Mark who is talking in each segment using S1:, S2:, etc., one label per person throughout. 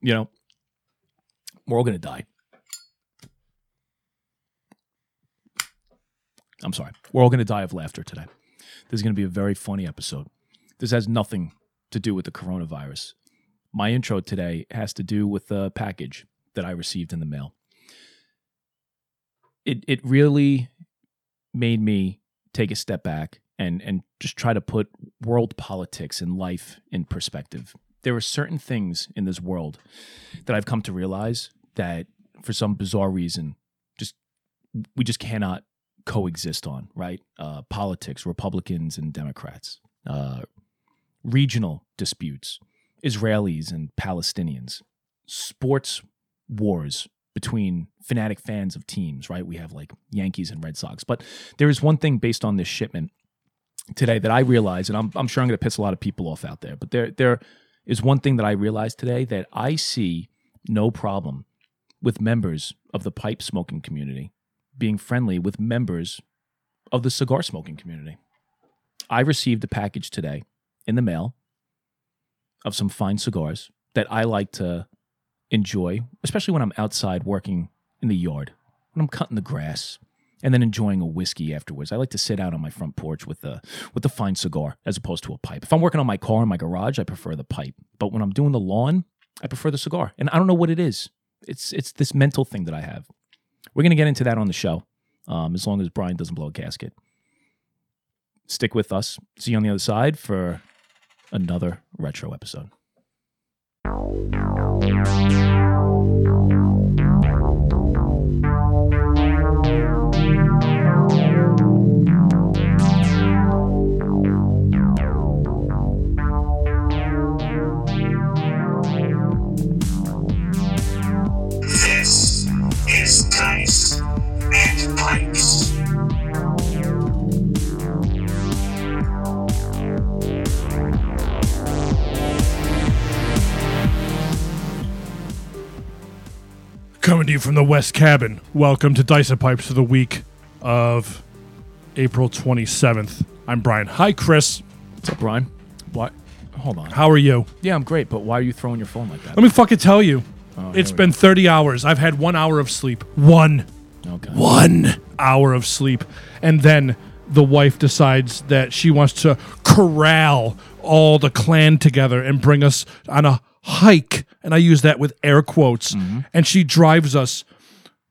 S1: You know, we're all gonna die. I'm sorry. We're all gonna die of laughter today. This is gonna be a very funny episode. This has nothing to do with the coronavirus. My intro today has to do with a package that I received in the mail. It it really made me take a step back and and just try to put world politics and life in perspective. There are certain things in this world that I've come to realize that for some bizarre reason just we just cannot coexist on, right? Uh, politics, Republicans and Democrats, uh, regional disputes, Israelis and Palestinians, sports wars between fanatic fans of teams, right? We have like Yankees and Red Sox. But there is one thing based on this shipment today that I realize, and I'm, I'm sure I'm going to piss a lot of people off out there, but there there is one thing that I realized today that I see no problem with members of the pipe smoking community being friendly with members of the cigar smoking community. I received a package today in the mail of some fine cigars that I like to enjoy, especially when I'm outside working in the yard, when I'm cutting the grass, and then enjoying a whiskey afterwards. I like to sit out on my front porch with a with a fine cigar as opposed to a pipe. If I'm working on my car in my garage, I prefer the pipe. But when I'm doing the lawn, I prefer the cigar. And I don't know what it is. It's it's this mental thing that I have. We're gonna get into that on the show, um, as long as Brian doesn't blow a casket. Stick with us. See you on the other side for another retro episode.
S2: This is Dice and Pipes.
S3: Coming to you from the West Cabin. Welcome to Dyson Pipes for the week of April 27th. I'm Brian. Hi, Chris.
S1: What's up, Brian? Why hold on.
S3: How are you?
S1: Yeah, I'm great, but why are you throwing your phone like that?
S3: Let me fucking tell you. it's
S1: Oh, we
S3: been 30 hours. I've had one hour of sleep. One.
S1: Okay.
S3: One hour of sleep. And then the wife decides that she wants to corral all the clan together and bring us on a hike. And I use that with air quotes.
S1: Mm-hmm.
S3: And she drives us.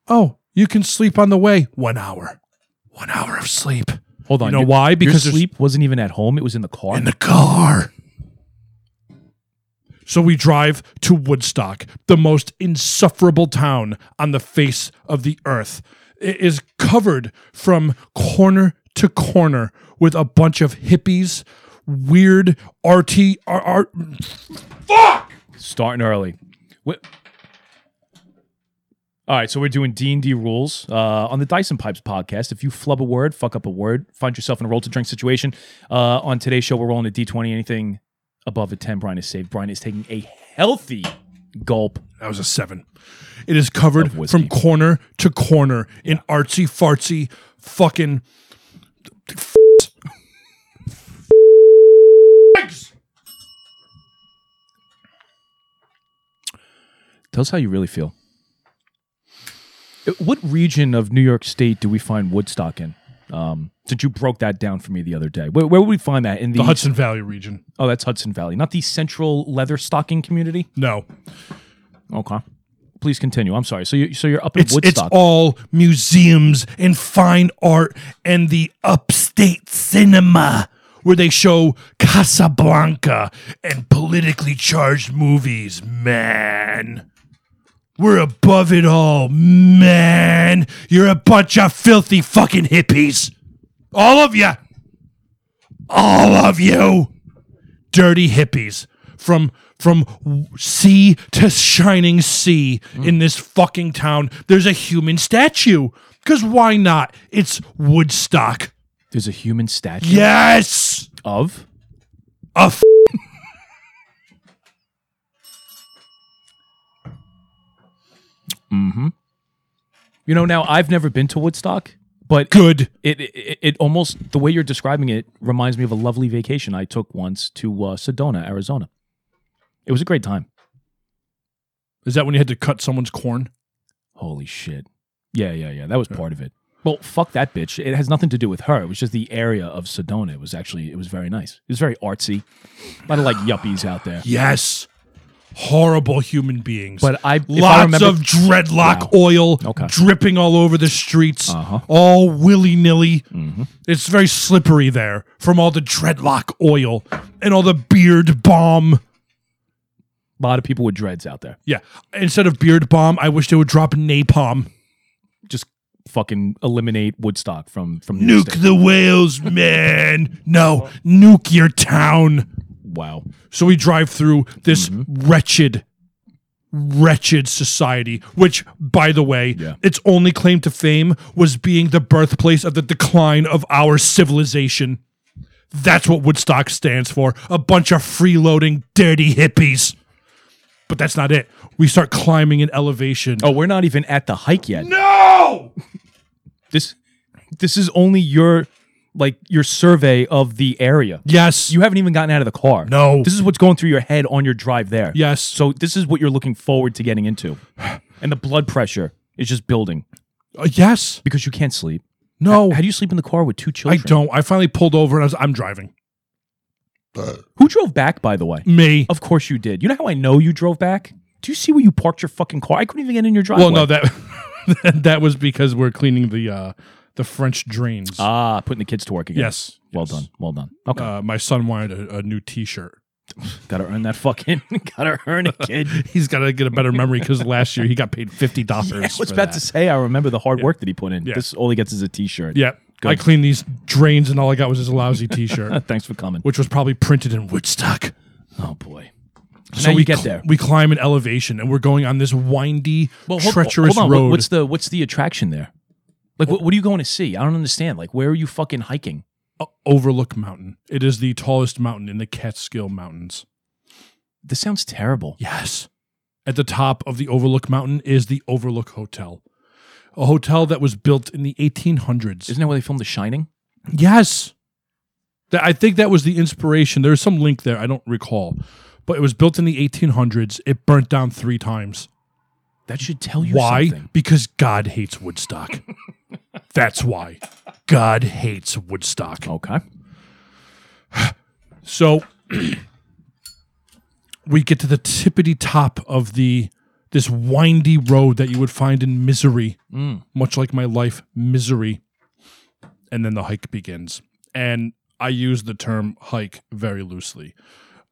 S3: Oh, you can sleep on the way. One hour. One hour of sleep.
S1: Hold on.
S3: You know
S1: your-
S3: why? Because
S1: your
S3: there's-
S1: sleep wasn't even at home; it was in the car.
S3: in the car. So we drive to Woodstock, the most insufferable town on the face of the earth. It is covered from corner to corner with a bunch of hippies, weird RT, R- R-
S1: Starting early. Wh- All right, so we're doing D and D rules uh, on the Dyson Pipes podcast. If you flub a word, fuck up a word, find yourself in a roll to drink situation. Uh, on today's show, we're rolling a D twenty. Anything above a ten, Brian is saved. Brian is taking a healthy gulp.
S3: That was a seven. It is covered
S1: Of whiskey.
S3: from corner to corner in artsy fartsy fucking.
S1: Tell us how you really feel. Uh, What region of New York State do we find Woodstock in? Um, since you broke that down for me the other day, where, where would we find that in the,
S3: The Hudson Valley region.
S1: Oh, that's Hudson Valley, not the Central Leather Stocking Community.
S3: No,
S1: Okay. Please continue. I'm sorry. So you so you're up in
S3: it's
S1: Woodstock.
S3: it's all museums and fine art and the upstate cinema where they show Casablanca and politically charged movies, man. We're above it all, man. You're a bunch of filthy fucking hippies. All of you. All of you dirty hippies from from w- sea to shining sea in this fucking town. There's a human statue. Cause why not? It's Woodstock.
S1: There's a human statue
S3: Yes.
S1: of
S3: A f-
S1: you know now I've never been to Woodstock, but
S3: good.
S1: it, it it almost the way you're describing it reminds me of a lovely vacation I took once to uh, Sedona, Arizona. It was a great time.
S3: Is that when you had to cut someone's corn?
S1: Holy shit. Yeah, yeah, yeah. That was part of it. Well, fuck that bitch. It has nothing to do with her. It was just the area of Sedona. It was actually it was very nice. It was very artsy. A lot of like yuppies out there.
S3: Yes. Horrible human beings.
S1: But I if I
S3: lots
S1: remember-
S3: of dreadlock oil
S1: Okay.
S3: dripping all over the streets,
S1: Uh-huh. Mm-hmm.
S3: all willy nilly. It's very slippery there from all the dreadlock oil and all the beard bomb.
S1: a lot of people with dreads out there.
S3: Yeah. Instead of beard bomb, I wish they would drop napalm.
S1: Just fucking eliminate Woodstock from from the
S3: Nuke the whales, man. No, nuke your town.
S1: Wow.
S3: So we drive through this wretched, wretched society, which, by the way,
S1: Yeah.
S3: its only claim to fame was being the birthplace of the decline of our civilization. That's what Woodstock stands for a bunch of freeloading, dirty hippies. But that's not it. We start climbing in elevation.
S1: Oh, we're not even at the hike yet.
S3: no!
S1: This this is only your like your survey of the area.
S3: Yes.
S1: You haven't even gotten out of the car.
S3: No.
S1: This is what's going through your head on your drive there.
S3: Yes.
S1: So this is what you're looking forward to getting into. And the blood pressure is just building
S3: Uh, yes.
S1: because you can't sleep.
S3: No.
S1: How do you sleep in the car with two
S3: Oh. I
S1: children?
S3: don't. I finally pulled over and I was, I'm driving.
S1: Who drove back, by the way?
S3: Me.
S1: Of course you did. You know how I know you drove back? Do you see where you parked your fucking car? I couldn't even get in your driveway.
S3: Well, no, that that was because we're cleaning the uh, the French drains.
S1: Ah, putting the kids to work again.
S3: yes.
S1: Well
S3: Yes.
S1: done. Well done. Okay.
S3: Uh, my son wanted a, a new T-shirt.
S1: gotta earn that fucking. gotta earn it, kid.
S3: He's got to get a better memory because last year he got paid fifty dollars.
S1: I was about to say. I remember the hard work that he put in.
S3: Yeah.
S1: This all he gets is a T-shirt.
S3: Yeah, I cleaned these drains and all I got was his lousy T-shirt,
S1: Thanks for coming.
S3: which was probably printed in Woodstock.
S1: Oh boy.
S3: So
S1: now
S3: we
S1: you get
S3: cl-
S1: there.
S3: We climb an elevation and we're going on this windy, treacherous
S1: hold on.
S3: road.
S1: What- What's the what's the attraction there? Like, what, what are you going to see? I don't understand. Like, where are you fucking hiking?
S3: Overlook Mountain. It is the tallest mountain in the Catskill Mountains.
S1: This sounds terrible.
S3: Yes. At the top of the Overlook Mountain is the Overlook Hotel, a hotel that was built in the 1800s.
S1: Isn't that where they filmed The Shining?
S3: yes. That, I think that was the inspiration. There's some link there. I don't recall. But it was built in the 1800s. It burnt down three times.
S1: That should tell you
S3: Why?
S1: something.
S3: Because God hates Woodstock. That's why. God hates Woodstock.
S1: Okay.
S3: So we get to the tippity top of the this windy road that you would find in misery, much like my life, misery. And then the hike begins. And I use the term hike very loosely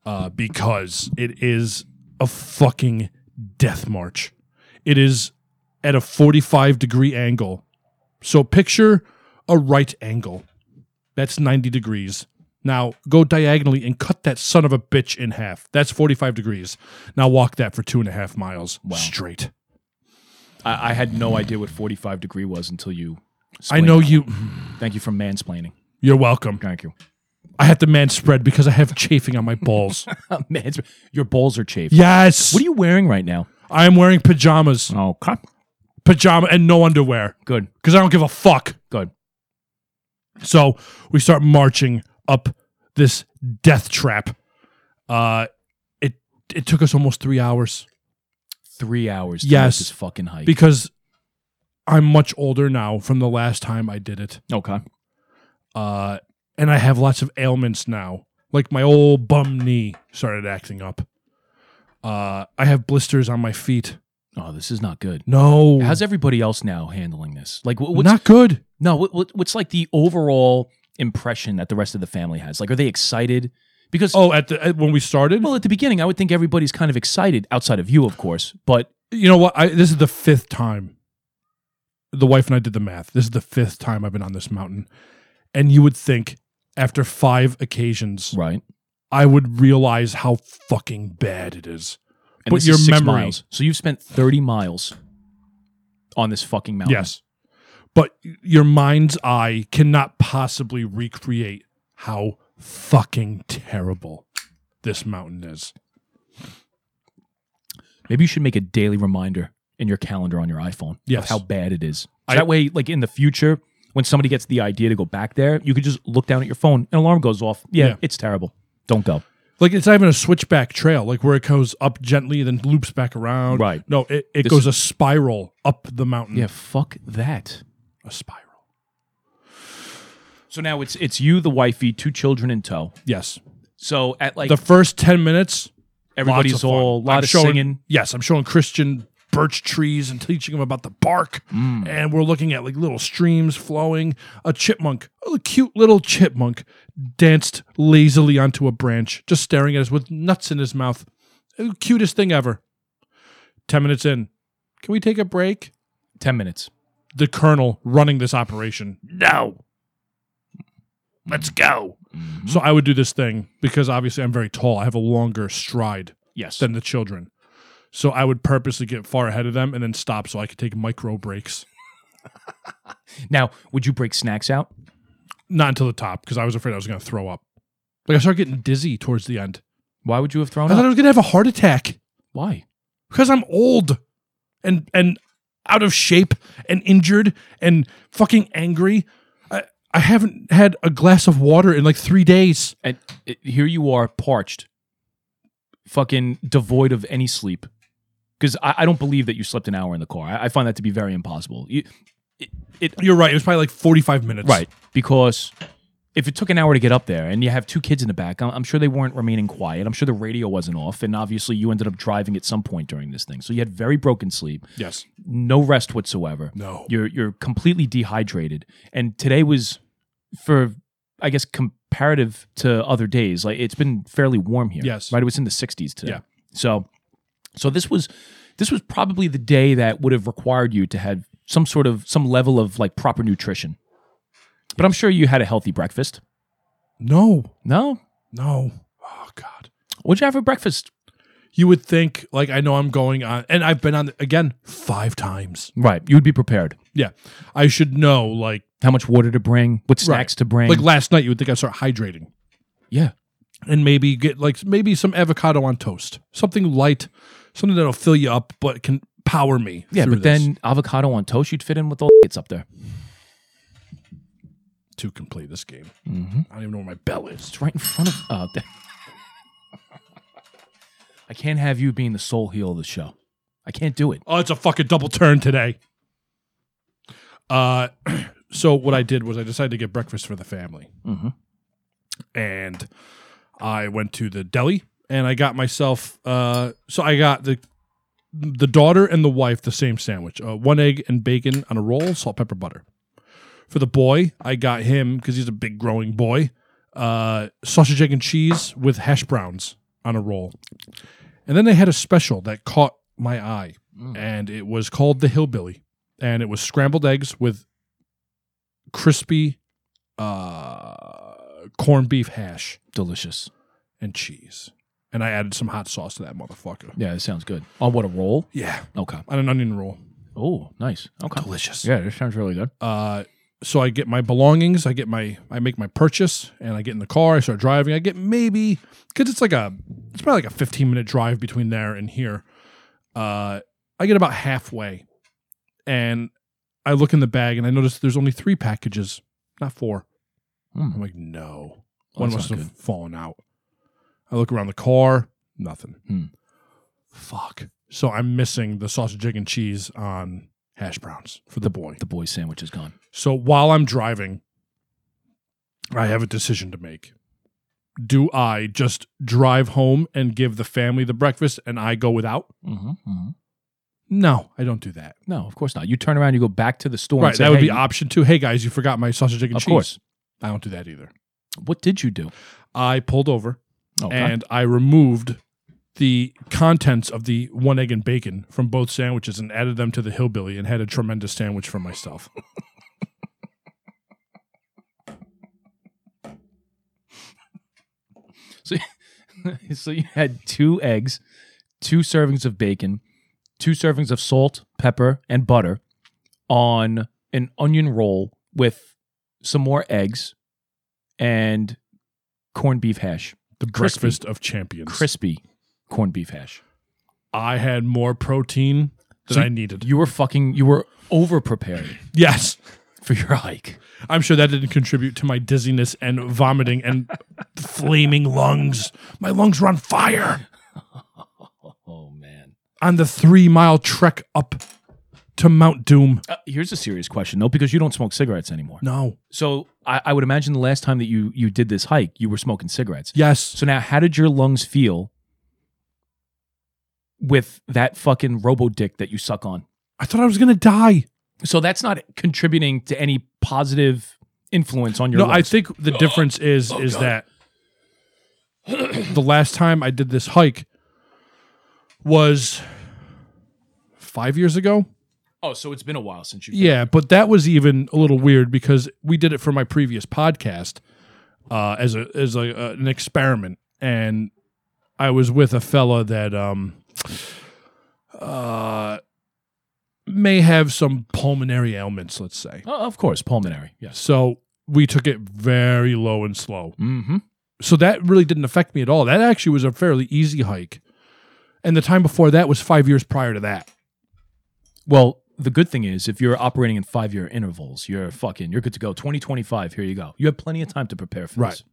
S3: uh, because it is a fucking death march. It is at a 45 degree angle. So picture a right angle. That's 90 degrees. Now go diagonally and cut that son of a bitch in half. That's 45 degrees. Now walk that for two and a half miles straight.
S1: I, I had no idea what 45 degree was until you.
S3: I know you.
S1: Thank you for mansplaining.
S3: You're welcome.
S1: Thank you.
S3: I have to man spread because I have chafing on my balls.
S1: Mans- your balls are chafed.
S3: yes.
S1: What are you wearing right now?
S3: I am wearing pajamas,
S1: Oh, crap.
S3: pajama and no underwear
S1: Good.
S3: because I don't give a fuck.
S1: Good.
S3: So we start marching up this death trap. Uh, it it took us almost three hours.
S1: Three hours. To
S3: Yes.
S1: make This fucking hike.
S3: because I'm much older now from the last time I did it.
S1: okay.
S3: Uh, and I have lots of ailments now. Like my old bum knee started acting up. Uh, I have blisters on my feet.
S1: Oh, this is not good.
S3: No,
S1: How's everybody else now handling this? Like, what, what's
S3: Oh. not good.
S1: No, what, what, what's like the overall impression that the rest of the family has? Like, are they excited? Because,
S3: Oh, at the at, when we started,
S1: well, at the beginning, I would think everybody's kind of excited outside of you, of course, but
S3: you know what? I, this is the fifth time. The wife and I did the math. This is the fifth time I've been on this mountain, and you would think after five occasions
S1: right.
S3: I would realize how fucking bad it is.
S1: And
S3: But
S1: this
S3: your
S1: is six
S3: memory-
S1: miles. So you've spent 30 miles on this fucking mountain.
S3: Yes. But your mind's eye cannot possibly recreate how fucking terrible this mountain is.
S1: Maybe you should make a daily reminder in your calendar on your iPhone
S3: Yes.
S1: of how bad it is. So
S3: I-
S1: that way, like in the future, when somebody gets the idea to go back there, you could just look down at your phone. An alarm goes off. Yeah,
S3: Yeah.
S1: it's terrible. Don't go.
S3: Like it's not even a switchback trail, like where it goes up gently, then loops back around.
S1: Right.
S3: No, it, it
S1: This-
S3: goes a spiral up the mountain.
S1: Yeah, fuck that.
S3: A spiral.
S1: So now it's it's you, the wifey, two children in tow.
S3: Yes.
S1: So at like
S3: The first ten minutes,
S1: everybody's
S3: lots of fun.
S1: all lot
S3: I'm
S1: of
S3: showing,
S1: singing.
S3: Yes, I'm showing Christian birch trees and teaching him about the bark.
S1: Mm,
S4: Hmm.
S3: And we're looking at like little streams flowing. A chipmunk, a cute little chipmunk, danced lazily onto a branch, just staring at us with nuts in his mouth. The Cutest thing ever. Ten minutes in, can we take a break?
S1: Ten minutes.
S3: The colonel running this operation.
S4: No. Let's go.
S3: Mm-hmm. So I would do this thing because obviously I'm very tall. I have a longer stride.
S1: Yes.
S3: than the children. So I would purposely get far ahead of them and then stop so I could take micro breaks.
S1: now, would you break snacks out?
S3: Not until the top because I was afraid I was going to throw up. Like I started getting dizzy towards the end.
S1: Why would you have thrown
S3: I thought
S1: up?
S3: I was going to have a heart attack
S1: Why?
S3: because I'm old and and out of shape and injured and fucking angry. I I haven't had a glass of water in like 3 days.
S1: And uh, here you are, parched, fucking devoid of any sleep. Because I, I don't believe that you slept an hour in the car. I, I find that to be very impossible. You, it, it
S3: You're right. It was probably like 45 minutes.
S1: right because if it took an hour to get up there and you have two kids in the back, I'm, I'm sure they weren't remaining quiet. I'm sure the radio wasn't off, and obviously you ended up driving at some point during this thing. So you had very broken sleep,
S3: Yes.
S1: no rest whatsoever.
S3: No.
S1: You're you're completely dehydrated, and today was for I guess comparative to other days. Like it's been fairly warm here.
S3: Yes.
S1: right. It was in the 60s today.
S3: Yeah.
S1: So, so this was this was probably the day that would have required you to have some sort of some level of like proper nutrition. But I'm sure you had a healthy breakfast.
S3: No.
S1: No,
S3: No. Oh god.
S1: what'd you have for breakfast?
S3: you would think like I know I'm going on and I've been on again five times.
S1: Right, you would be prepared.
S3: Yeah. I should know like
S1: How much water to bring? What snacks to bring?
S3: like last night you would think I'd start hydrating
S1: yeah,
S3: and maybe get like maybe some avocado on toast. Something light, something that'll fill you up but can power me.
S1: yeah.
S3: through
S1: But
S3: this.
S1: then avocado on toast, you'd fit in with all it's up there.
S3: two can play this game.
S1: Mm-hmm.
S3: I don't even know where my bell is.
S1: It's right in front of. Uh, th- I can't have you being the sole heel of the show. I can't do it.
S3: Oh, it's a fucking double turn today. Uh, so what I did was I decided to get breakfast for the family,
S1: Mhm.
S3: and I went to the deli and I got myself. Uh, so I got the the daughter and the wife the same sandwich: uh, one egg and bacon on a roll, salt, pepper, butter. For the boy, I got him because he's a big growing boy. Uh, sausage, egg, and cheese with hash browns on a roll. And then they had a special that caught my eye, and it was called the Hillbilly, and it was scrambled eggs with crispy uh, corned beef hash
S1: Delicious.
S3: and cheese. And I added some hot sauce to that motherfucker.
S1: Yeah, that sounds good. On what a roll.
S3: Yeah,
S1: Okay.
S3: on an onion roll.
S1: Oh, nice. Okay.
S3: Delicious.
S1: Yeah, this sounds really good.
S3: Uh, so I get my belongings. I get my I make my purchase, and I get in the car. I start driving. I get maybe because it's like a it's probably like a fifteen minute drive between there and here. Uh, I get about halfway, and I look in the bag and I notice there's only three packages, not four.
S1: Mm.
S3: I'm like, no,
S1: Well, Oh,
S3: one
S1: that's
S3: must
S1: not
S3: have fallen out. I look around the car, nothing.
S1: Hmm.
S3: Fuck. So I'm missing the sausage, egg, and cheese on hash browns for the boy.
S1: The boy's sandwich is gone.
S3: So while I'm driving, I have a decision to make. Do I just drive home and give the family the breakfast and I go without?
S1: Mm-hmm,
S3: No, I don't do that.
S1: No, of course not. You turn around, you go back to the store.
S3: right.
S1: and say,
S3: That would
S1: "Hey,
S3: be option two. Hey guys, you forgot my sausage, egg, and
S1: Of
S3: cheese.
S1: course.
S3: I don't do that either.
S1: What did you do? Oh,
S3: I pulled over
S1: Okay.
S3: and I removed the contents of the one egg and bacon from both sandwiches and added them to the hillbilly and had a tremendous sandwich for myself.
S1: so you had two eggs, two servings of bacon, two servings of salt, pepper, and butter on an onion roll with some more eggs and corned beef hash.
S3: The
S1: Crispy.
S3: breakfast of champions.
S1: Crispy corned beef hash.
S3: I had more protein than
S1: So
S3: I needed.
S1: You were fucking you were over prepared.
S3: Yes.
S1: for your hike.
S3: I'm sure that didn't contribute to my dizziness and vomiting and flaming lungs. My lungs were on fire
S1: Oh man.
S3: on the three mile trek up to Mount Doom.
S1: Uh, here's a serious question though, because you don't smoke cigarettes anymore.
S3: No.
S1: So I, I would imagine the last time that you you did this hike, you were smoking cigarettes.
S3: Yes.
S1: So now, how did your lungs feel with that fucking robo dick that you suck on?
S3: I thought I was going to die.
S1: So that's not contributing to any positive influence on your
S3: no, I
S1: lungs.
S3: think the difference is is that the last time I did this hike was 5 years ago.
S1: oh, so it's been a while since you.
S3: Yeah, but that was even a little weird because we did it for my previous podcast uh, as a as a, uh, an experiment, and I was with a fella that um uh may have some pulmonary ailments, let's say.
S1: Oh, of course, pulmonary. Yes.
S3: So we took it very low and slow.
S1: Mm-hmm.
S3: So that really didn't affect me at all. That actually was a fairly easy hike, and the time before that was five years prior to that.
S1: Well, the good thing is, if you're operating in five year intervals, you're fucking, you're good to go. 2025, here you go. You have plenty of time to prepare for
S3: Right.
S1: this.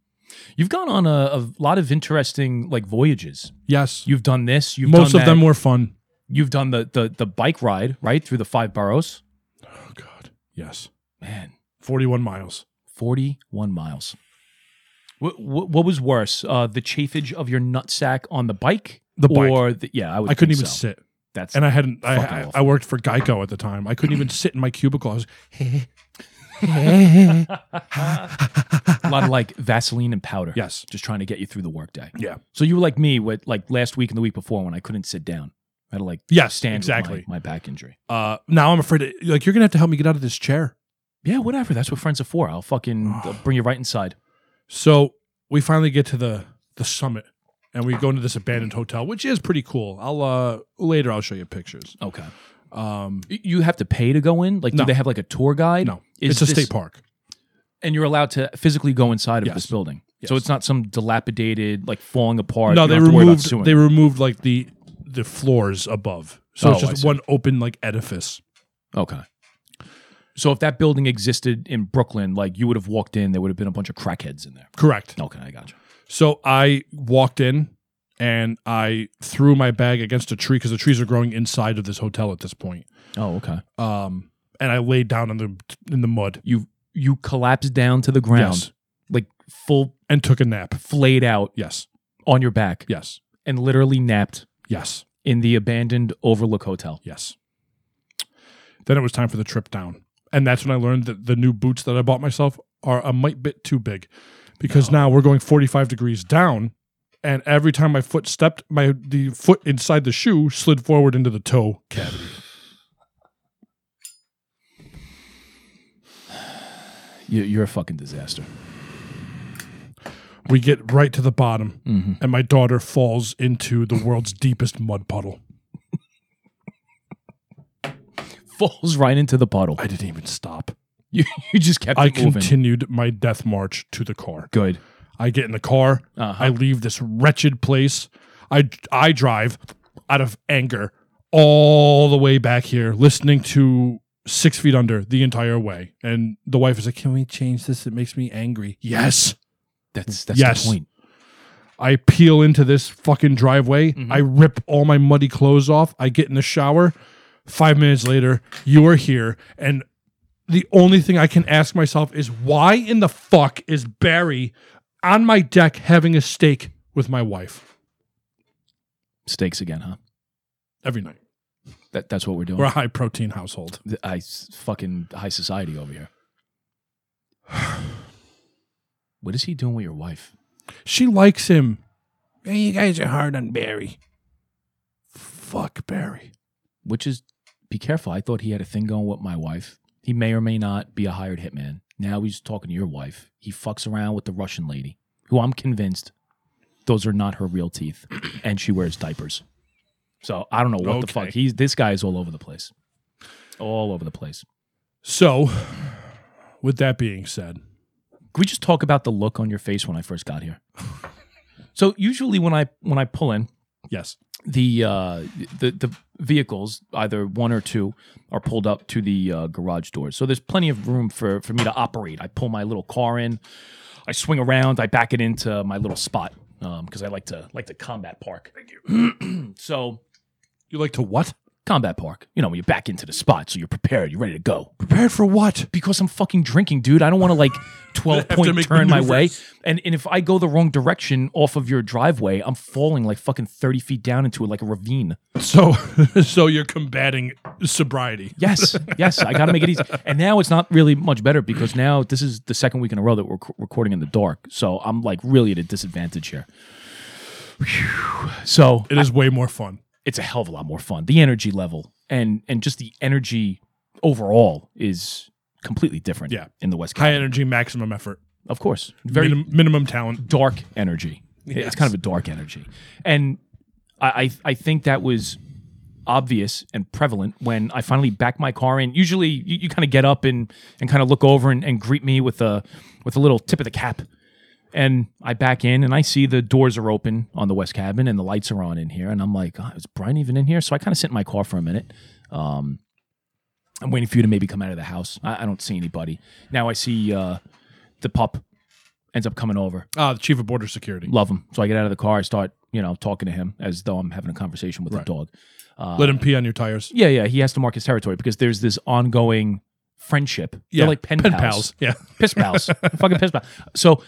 S1: You've gone on a, a lot of interesting like voyages.
S3: Yes,
S1: You've done this. You've
S3: most
S1: done
S3: of them
S1: that.
S3: were fun.
S1: You've done the the the bike ride right through the five boroughs.
S3: Oh God, yes,
S1: Man,
S3: forty-one miles.
S1: 41 miles. What, what, what was worse, uh, the chafage of your nutsack on the bike?
S3: The bike.
S1: Or the, yeah, I, would
S3: I couldn't
S1: think
S3: even
S1: so.
S3: sit,
S1: That's
S3: and I hadn't. I,
S1: Fucking
S3: I,
S1: awful.
S3: I worked for Geico at the time. I couldn't even sit in my cubicle. I was
S1: a lot of like Vaseline and powder.
S3: yes,
S1: Just trying to get you through the workday.
S3: yeah,
S1: So you were like me with like last week and the week before when I couldn't sit down. I had to like
S3: yes,
S1: stand with my-
S3: exactly.
S1: my, back injury.
S3: Uh, now I'm afraid. to- like you're gonna have to help me get out of this chair.
S1: Yeah, whatever. That's what friends are for. I'll fucking uh, bring you right inside.
S3: So we finally get to the the summit, and we go into this abandoned hotel, which is pretty cool. I'll uh later I'll show you pictures.
S1: Okay.
S3: Um,
S1: Y- You have to pay to go in? Like,
S3: No.
S1: do they have like a tour guide?
S3: no,
S1: Is
S3: it's a
S1: this-
S3: state park.
S1: and you're allowed to physically go inside of
S3: Yes.
S1: this building.
S3: Yes.
S1: So it's not some dilapidated, like falling apart.
S3: No,
S1: you
S3: they
S1: don't have to worry about
S3: removed
S1: suing.
S3: they removed like the the floors above, so it's
S1: Oh, I
S3: just
S1: see.
S3: one open like edifice.
S1: okay. So if that building existed in Brooklyn, like you would have walked in, there would have been a bunch of crackheads in there.
S3: Correct.
S1: Okay, I gotcha.
S3: So I walked in and I threw my bag against a tree because the trees are growing inside of this hotel at this point.
S1: Oh, okay.
S3: Um, and I laid down in the in the mud
S1: You you collapsed down to the ground,
S3: Yes.
S1: like full
S3: and took a nap.
S1: flayed out
S3: Yes,
S1: on your back,
S3: yes,
S1: and literally napped
S3: yes,
S1: in the abandoned Overlook Hotel.
S3: yes. Then it was time for the trip down, and that's when I learned that the new boots that I bought myself are a mite bit too big, because now we're going forty five degrees down, and every time my foot stepped, my the foot inside the shoe slid forward into the toe cavity.
S1: You, you're a fucking disaster.
S3: We get right to the bottom.
S1: Mm-hmm.
S3: and my daughter falls into the world's deepest mud puddle.
S1: Falls right into the puddle.
S3: I didn't even stop.
S1: You, you just kept
S3: I
S1: it moving.
S3: continued my death march to the car.
S1: Good.
S3: I get in the car.
S1: Uh-huh.
S3: I leave this wretched place. I I drive out of anger all the way back here, listening to Six Feet Under the entire way. And the wife is like, "Can we change this? It makes me angry." Yes.
S1: That's that's
S3: Yes.
S1: the point.
S3: I peel into this fucking driveway.
S1: Mhm.
S3: I rip all my muddy clothes off. I get in the shower. Five minutes later, you are here. And the only thing I can ask myself is why in the fuck is Barry on my deck having a steak with my wife
S1: Stakes again, huh?
S3: every night?
S1: That that's what we're doing.
S3: We're a high protein household.
S1: Th- I s- fucking high society over here. What is he doing with your wife?
S3: She likes him. Hey, you guys are hard on Barry. Fuck Barry.
S1: Which is, be careful. I thought he had a thing going with my wife. He may or may not be a hired hitman. Now he's talking to your wife. He fucks around with the Russian lady, who I'm convinced those are not her real teeth, and she wears diapers. So I don't know what the
S3: Okay.
S1: fuck. He's this guy is all over the place, all over the place.
S3: So, with that being said,
S1: Can we just talk about the look on your face when I first got here? so usually when I when I pull in,
S3: yes.
S1: the uh the the vehicles, either one or two, are pulled up to the uh, garage doors. So there's plenty of room for, for me to operate. I pull my little car in, I swing around, I back it into my little spot because I like to like to combat park. Thank you. so
S5: You like to what?
S1: combat park, you know, when you back into the spot, so you're prepared, you're ready to go.
S5: Prepared for what?
S1: Because I'm fucking drinking, dude. I don't want to like twelve
S5: to
S1: point
S5: make
S1: turn my way,
S5: maneuvers.
S1: and and if I go the wrong direction off of your driveway, I'm falling like fucking thirty feet down into like a ravine.
S5: So, so you're combating sobriety.
S1: Yes, yes, I got to make it easy. And now it's not really much better because now this is the second week in a row that we're rec- recording in the dark. So I'm like really at a disadvantage here. Phew. So
S5: It is way more fun.
S1: it's a hell of a lot more fun. The energy level and and just the energy overall is completely different.
S5: Yeah.
S1: in the West Coast,
S5: High energy, maximum effort,
S1: of course, very
S5: minim- minimum talent.
S1: dark energy. It's kind of a dark energy, and I, I I think that was obvious and prevalent when I finally backed my car in. Usually, you, you kind of get up and and kind of look over and, and greet me with a with a little tip of the cap. And I back in and I see the doors are open on the west cabin and the lights are on in here. And I'm like, oh, is Brian even in here? So I kind of sit in my car for a minute. Um, I'm waiting for you to maybe come out of the house. I, I don't see anybody. Now I see uh, the pup ends up coming over.
S5: Ah, the chief of border security.
S1: Love him. So I get out of the car. I start, you know, talking to him as though I'm having a conversation with a
S5: Right.
S1: dog.
S5: Let him pee on your tires.
S1: Yeah, yeah. He has to mark his territory because there's this ongoing friendship.
S5: Yeah,
S1: They're like pen, pals.
S5: Yeah.
S1: Piss pals. fucking piss pals. So he-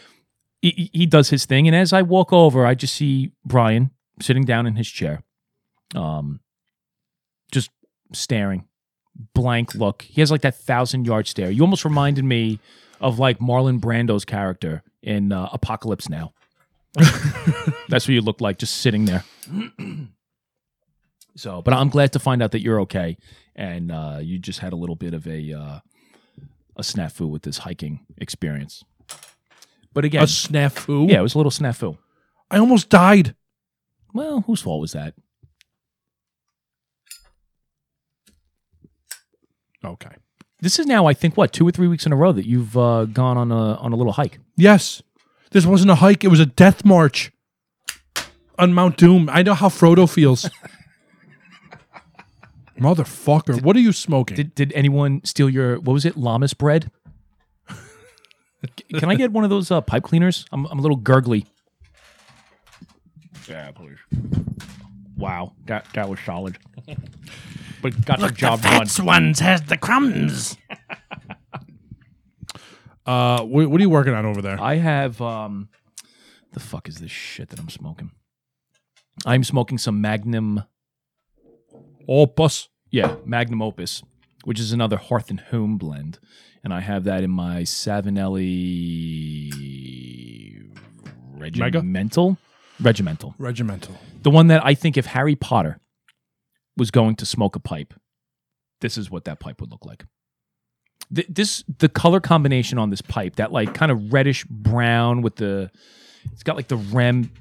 S1: he, he does his thing. And as I walk over, I just see Brian sitting down in his chair, um, just staring, blank look. He has like that thousand yard stare. You almost reminded me of like Marlon Brando's character in uh, Apocalypse Now. That's what you look like, just sitting there. so, but I'm glad to find out that you're okay, and uh, you just had a little bit of a uh, a snafu with this hiking experience. But
S5: A
S1: again,
S5: snafu.
S1: yeah, it was a little snafu.
S5: I almost died.
S1: Well, whose fault was that?
S5: Okay.
S1: This is now, I think, what two or three weeks in a row that you've uh, gone on a on a little hike.
S5: Yes. This wasn't a hike, it was a death march on Mount Doom. I know how Frodo feels. Motherfucker, what are you smoking?
S1: Did did anyone steal your what was it llamas bread? Can I get one of those uh, pipe cleaners? I'm I'm a little gurgly.
S2: Yeah, please.
S1: Wow, that that was solid. But got the job done.
S5: That's ones has the crumbs. uh, what, what are you working on over there?
S1: I have um, the fuck is this shit that I'm smoking? I'm smoking some Magnum,
S5: Opus.
S1: yeah, Magnum Opus, which is another Hearth and Home blend, and I have that in my Savinelli regimental, regimental,
S5: Regimental.
S1: the one that I think if Harry Potter was going to smoke a pipe, this is what that pipe would look like. Th- this the color combination on this pipe that like kind of reddish brown with the it's got like the rem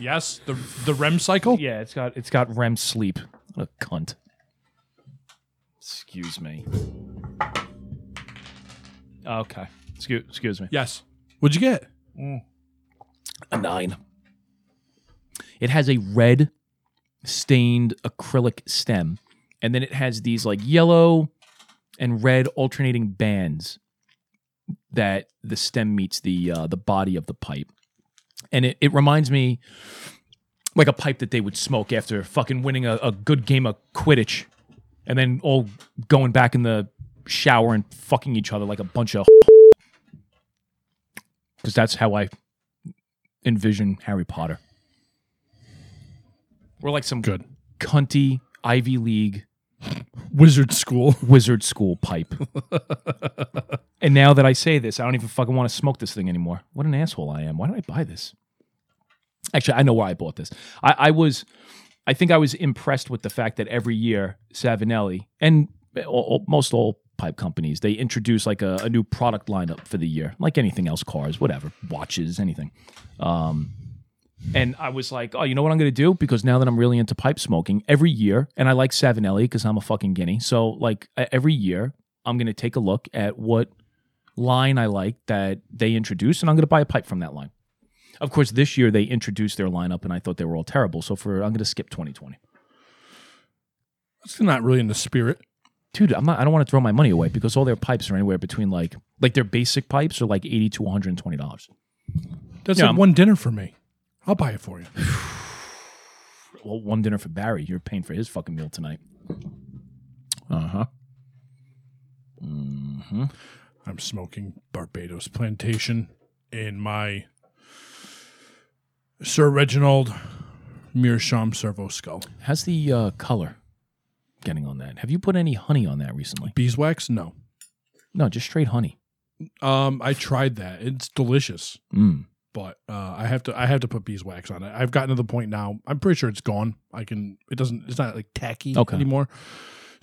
S5: Yes, the the REM cycle.
S1: yeah it's got it's got rem sleep what a cunt excuse me okay excuse, excuse me
S5: Yes. What'd you get?
S1: a nine. It has a red stained acrylic stem, and then it has these like yellow and red alternating bands that the stem meets the uh, the body of the pipe, and it, it reminds me like a pipe that they would smoke after fucking winning a, a good game of Quidditch, and then all going back in the shower and fucking each other like a bunch of because that's how I envision Harry Potter. We're like some
S5: Good.
S1: cunty Ivy League
S5: Wizard school.
S1: wizard school pipe. and now that I say this, I don't even fucking want to smoke this thing anymore. What an asshole I am. Why did I buy this? Actually, I know why I bought this. I, I was, I think I was impressed with the fact that every year Savinelli and all, all- most all pipe companies they introduce like a, a new product lineup for the year, like anything else, cars, whatever, watches, anything. And I was like, oh, you know what I'm going to do? Because now that I'm really into pipe smoking every year, and I like Savinelli because I'm a fucking guinea. So, like, e- every year, I'm going to take a look at what line I like that they introduce, and I'm going to buy a pipe from that line. Of course, this year they introduced their lineup, and I thought they were all terrible. So, for I'm going to skip 2020.
S3: It's not really in the spirit.
S1: dude, I'm not. I don't want to throw my money away because all their pipes are anywhere between like like their basic pipes are like eighty to one hundred and twenty dollars.
S3: That's
S1: Yeah,
S3: like
S1: I'm-
S3: one dinner for me. I'll buy it for you.
S1: Well, one dinner for Barry. You're paying for his fucking meal tonight. Uh huh. hmm
S3: I'm smoking Barbados Plantation in my Sir Reginald Meerschaum Servo Skull.
S1: How's the uh, color getting on that? Have you put any honey on that recently?
S3: Beeswax? No.
S1: No, just straight honey.
S3: Um, I tried that. It's delicious,
S1: Mm.
S3: but uh, I have to I have to put beeswax on it. I've gotten to the point now. I'm pretty sure it's gone. I can. It doesn't. It's not like tacky
S1: Okay.
S3: anymore.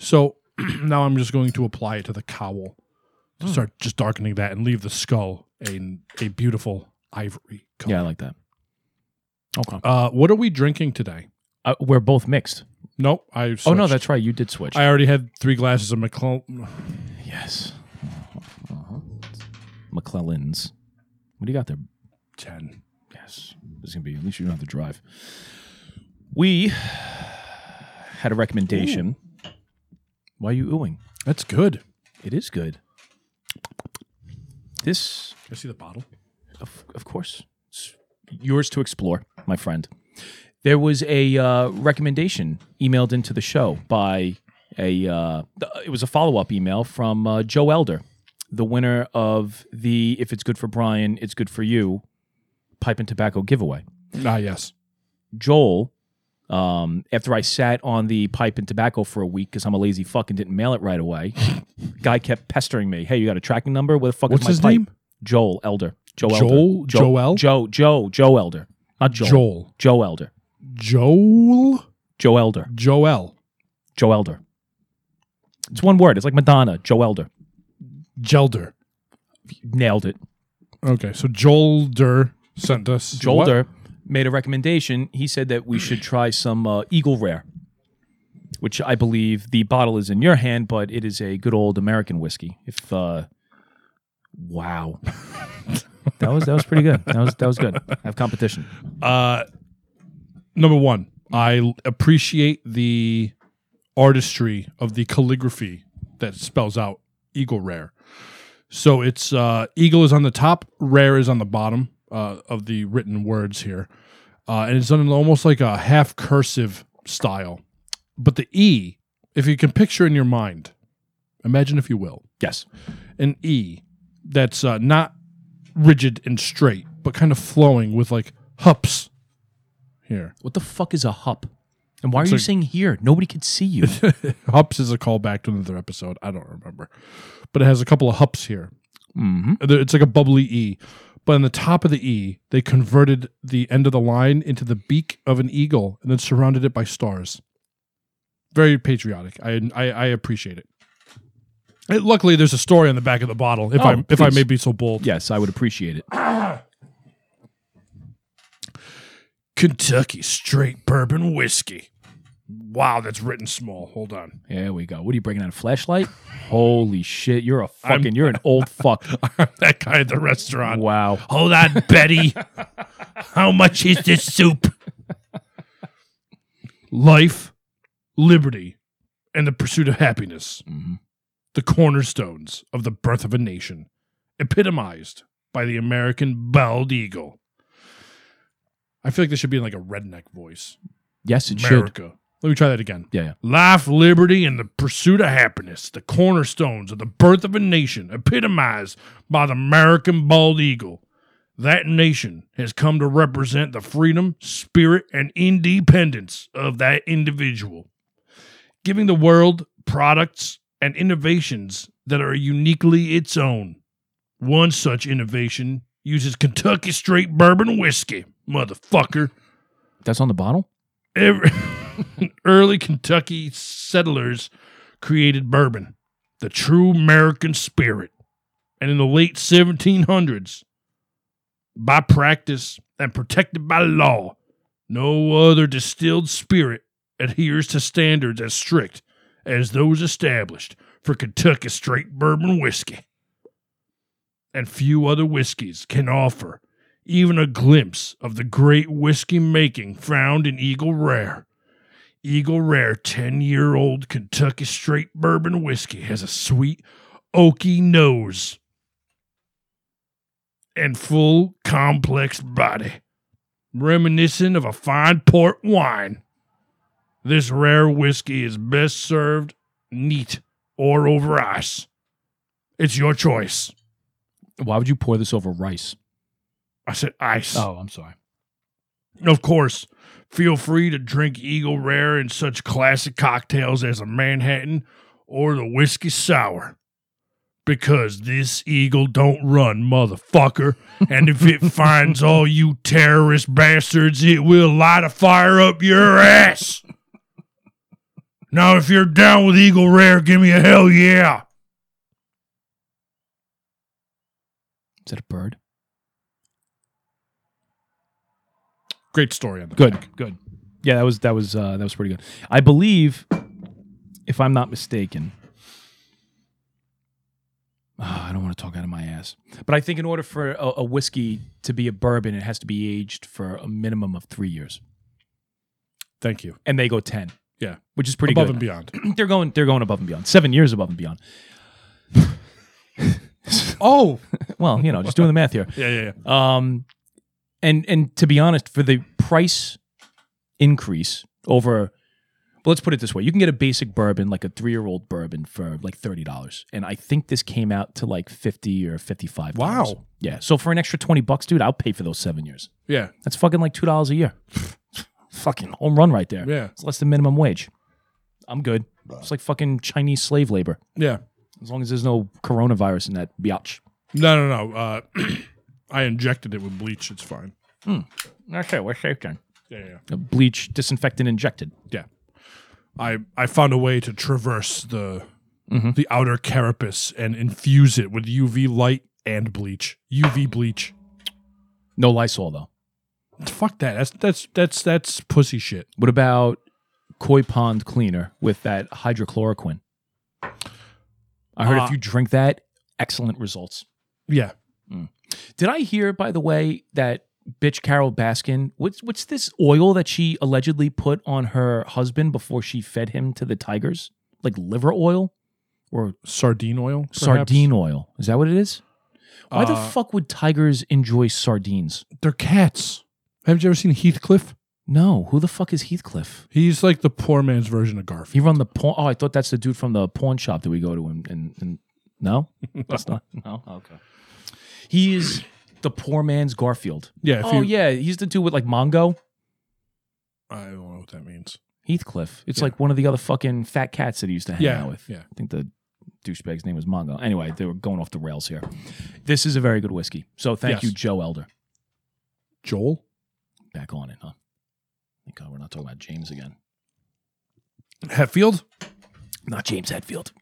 S3: So now I'm just going to apply it to the cowl. To
S1: Hmm.
S3: Start just darkening that and leave the skull a a beautiful ivory color.
S1: Yeah, I like that. Okay.
S3: Uh, what are we drinking today?
S1: Uh, we're both mixed.
S3: Nope. I
S1: Oh no,
S3: switched.
S1: that's right. You did switch.
S3: I already had three glasses of McClellan.
S1: yes. Uh-huh. McClellan's. What do you got there?
S3: Ten.
S1: Yes. This is gonna be at least you don't have to drive. We had a recommendation. Why are you oohing?
S3: That's good.
S1: It is good. This
S3: Can I see the bottle?
S1: Of, of course. It's yours to explore, my friend. There was a uh, recommendation emailed into the show by a, uh, th- it was a follow up email from uh, Joe Elder, the winner of the If It's Good for Brian, It's Good for You pipe and tobacco giveaway.
S3: Ah, yes.
S1: Joel, um, after I sat on the pipe and tobacco for a week because I'm a lazy fuck and didn't mail it right away, guy kept pestering me. Hey, you got a tracking number? Where the fuck
S3: What's
S1: is my
S3: his
S1: pipe?
S3: name?
S1: Joel Elder. Joe
S3: Joel?
S1: Elder.
S3: Joel?
S1: Joe. Joe. Joe Elder. Not Joel. Joel.
S3: Joel.
S1: Elder.
S3: Joel.
S1: Joe Elder.
S3: Joel.
S1: Joe Elder. It's one word. It's like Madonna. Joe Elder.
S3: Gelder.
S1: Nailed it.
S3: Okay, so Jolder sent us. what?
S1: Jolder made a recommendation. He said that we should try some uh, Eagle Rare, which I believe the bottle is in your hand, but it is a good old American whiskey. If uh, wow, that was that was pretty good. That was that was good. I have competition.
S3: Uh, number one, I l- appreciate the artistry of the calligraphy that spells out eagle rare. So it's uh, eagle is on the top, rare is on the bottom uh, of the written words here, uh, and it's done in almost like a half cursive style. But the E, if you can picture in your mind, imagine if you will,
S1: Yes,
S3: an E that's uh, not rigid and straight, but kind of flowing with like hups here.
S1: What the fuck is a hup? And why are
S3: It's
S1: you
S3: like-
S1: saying here? Nobody could see you.
S3: hups is a callback to another episode. I don't remember. But it has a couple of hups here.
S1: mm-hmm.
S3: There- It's like a bubbly E. But on the top of the E, they converted the end of the line into the beak of an eagle and then surrounded it by stars. Very patriotic. I I, I appreciate it. And luckily, there's a story on the back of the bottle. If
S1: Oh,
S3: I if I
S1: please.
S3: may be so bold,
S1: Yes, I would appreciate it.
S3: Kentucky straight bourbon whiskey. Wow, that's written small. Hold on.
S1: There we go. What are you bringing out a flashlight? Holy shit! You're a
S3: I'm-
S1: fucking. you're an old fuck.
S3: that guy at the restaurant.
S1: wow.
S3: Hold on, Betty. How much is this soup? Life, liberty, and the pursuit of happiness,
S1: Mhm.
S3: the cornerstones of the birth of a nation, epitomized by the American bald eagle. I feel like this should be in like a redneck voice.
S1: Yes, it should.
S3: America. Let me try that again.
S1: Yeah, yeah.
S3: Life, liberty, and the pursuit of happiness, the cornerstones of the birth of a nation, epitomized by the American bald eagle. That nation has come to represent the freedom, spirit, and independence of that individual, giving the world products and innovations that are uniquely its own. One such innovation uses Kentucky straight bourbon whiskey, motherfucker.
S1: That's on the bottle.
S3: Every, early Kentucky settlers created bourbon, the true American spirit. And in the late 1700s, by practice and protected by law, no other distilled spirit adheres to standards as strict as those established for Kentucky straight bourbon whiskey. And few other whiskeys can offer even a glimpse of the great whiskey making found in Eagle Rare. Eagle Rare 10 year old Kentucky straight bourbon whiskey has a sweet, oaky nose and full, complex body, reminiscent of a fine port wine. This rare whiskey is best served neat or over ice. It's your choice.
S6: Why would you pour this over rice?
S3: I said ice.
S6: Oh, I'm sorry.
S3: Of course, feel free to drink Eagle Rare and such classic cocktails as a Manhattan or the Whiskey Sour. Because this eagle don't run, motherfucker. And if it finds all you terrorist bastards, it will light a fire up your ass. Now, if you're down with Eagle Rare, give me a hell yeah.
S1: Is that a bird?
S3: Great story on that.
S1: Good, good. Yeah, that was that was uh, that was pretty good. I believe, if I'm not mistaken, Ah, I don't want to talk out of my ass, but I think in order for a, a whiskey to be a bourbon, it has to be aged for a minimum of three years,
S3: Thank you.
S1: and they go ten.
S3: Yeah.
S1: which is pretty
S3: Above
S1: good.
S3: and beyond.
S1: they're going they're going above and beyond. Seven years above and beyond.
S6: Oh,
S1: Well, you know, just doing the math here.
S3: Yeah, yeah, yeah.
S1: Um, and and to be honest, for the price increase over, well, let's put it this way: you can get a basic bourbon, like a three-year-old bourbon, for like thirty dollars, and I think this came out to like fifty or fifty-five.
S3: Wow.
S1: Yeah. So for an extra twenty bucks, dude, I'll pay for those seven years.
S3: Yeah,
S1: That's fucking like two dollars a year. fucking home run right there.
S3: yeah,
S1: It's less than minimum wage. I'm good. It's like fucking Chinese slave labor.
S3: yeah.
S1: As long as there's no coronavirus in that biatch.
S3: No, no, no. Uh, I injected it with bleach. It's fine.
S1: Okay, we're safe then.
S3: Yeah, yeah.
S1: Bleach, disinfectant, injected.
S3: yeah. I I found a way to traverse the
S1: Mm-hmm.
S3: the outer carapace and infuse it with UV light and bleach. UV bleach.
S1: No Lysol though.
S3: Fuck that. That's that's that's that's pussy shit.
S1: What about koi pond cleaner with that hydrochloroquine? I heard
S3: Uh,
S1: if you drink that, excellent results.
S3: Yeah.
S1: Did I hear, by the way, that bitch Carol Baskin? What's what's this oil that she allegedly put on her husband before she fed him to the tigers? Like liver oil or
S3: Sardine oil. perhaps?
S1: sardine oil? Is that what it is? Why the
S3: Uh,
S1: fuck would tigers enjoy sardines?
S3: They're cats. Haven't you ever seen Heathcliff?
S1: No, who the fuck is Heathcliff?
S3: He's like the poor man's version of
S1: He
S3: Garfield.
S1: run the pawn. Oh, I thought that's the dude from the pawn shop that we go to. And, and, and no, that's not. No, okay. He is the poor man's Garfield.
S3: Yeah. If
S1: oh
S3: you,
S1: yeah, he's the dude with like Mongo
S3: I don't know what that means.
S1: Heathcliff. It's
S3: Yeah.
S1: like one of the other fucking fat cats that he used to hang
S3: Yeah.
S1: out with.
S3: Yeah.
S1: I think the douchebag's name was Mongo. Anyway, they were going off the rails here. This is a very good whiskey. So thank
S3: Yes.
S1: you, Joe Elder.
S3: Joel.
S1: Back on it, huh? Thank God we're not talking about James again.
S3: Hetfield.
S1: Not James Hetfield.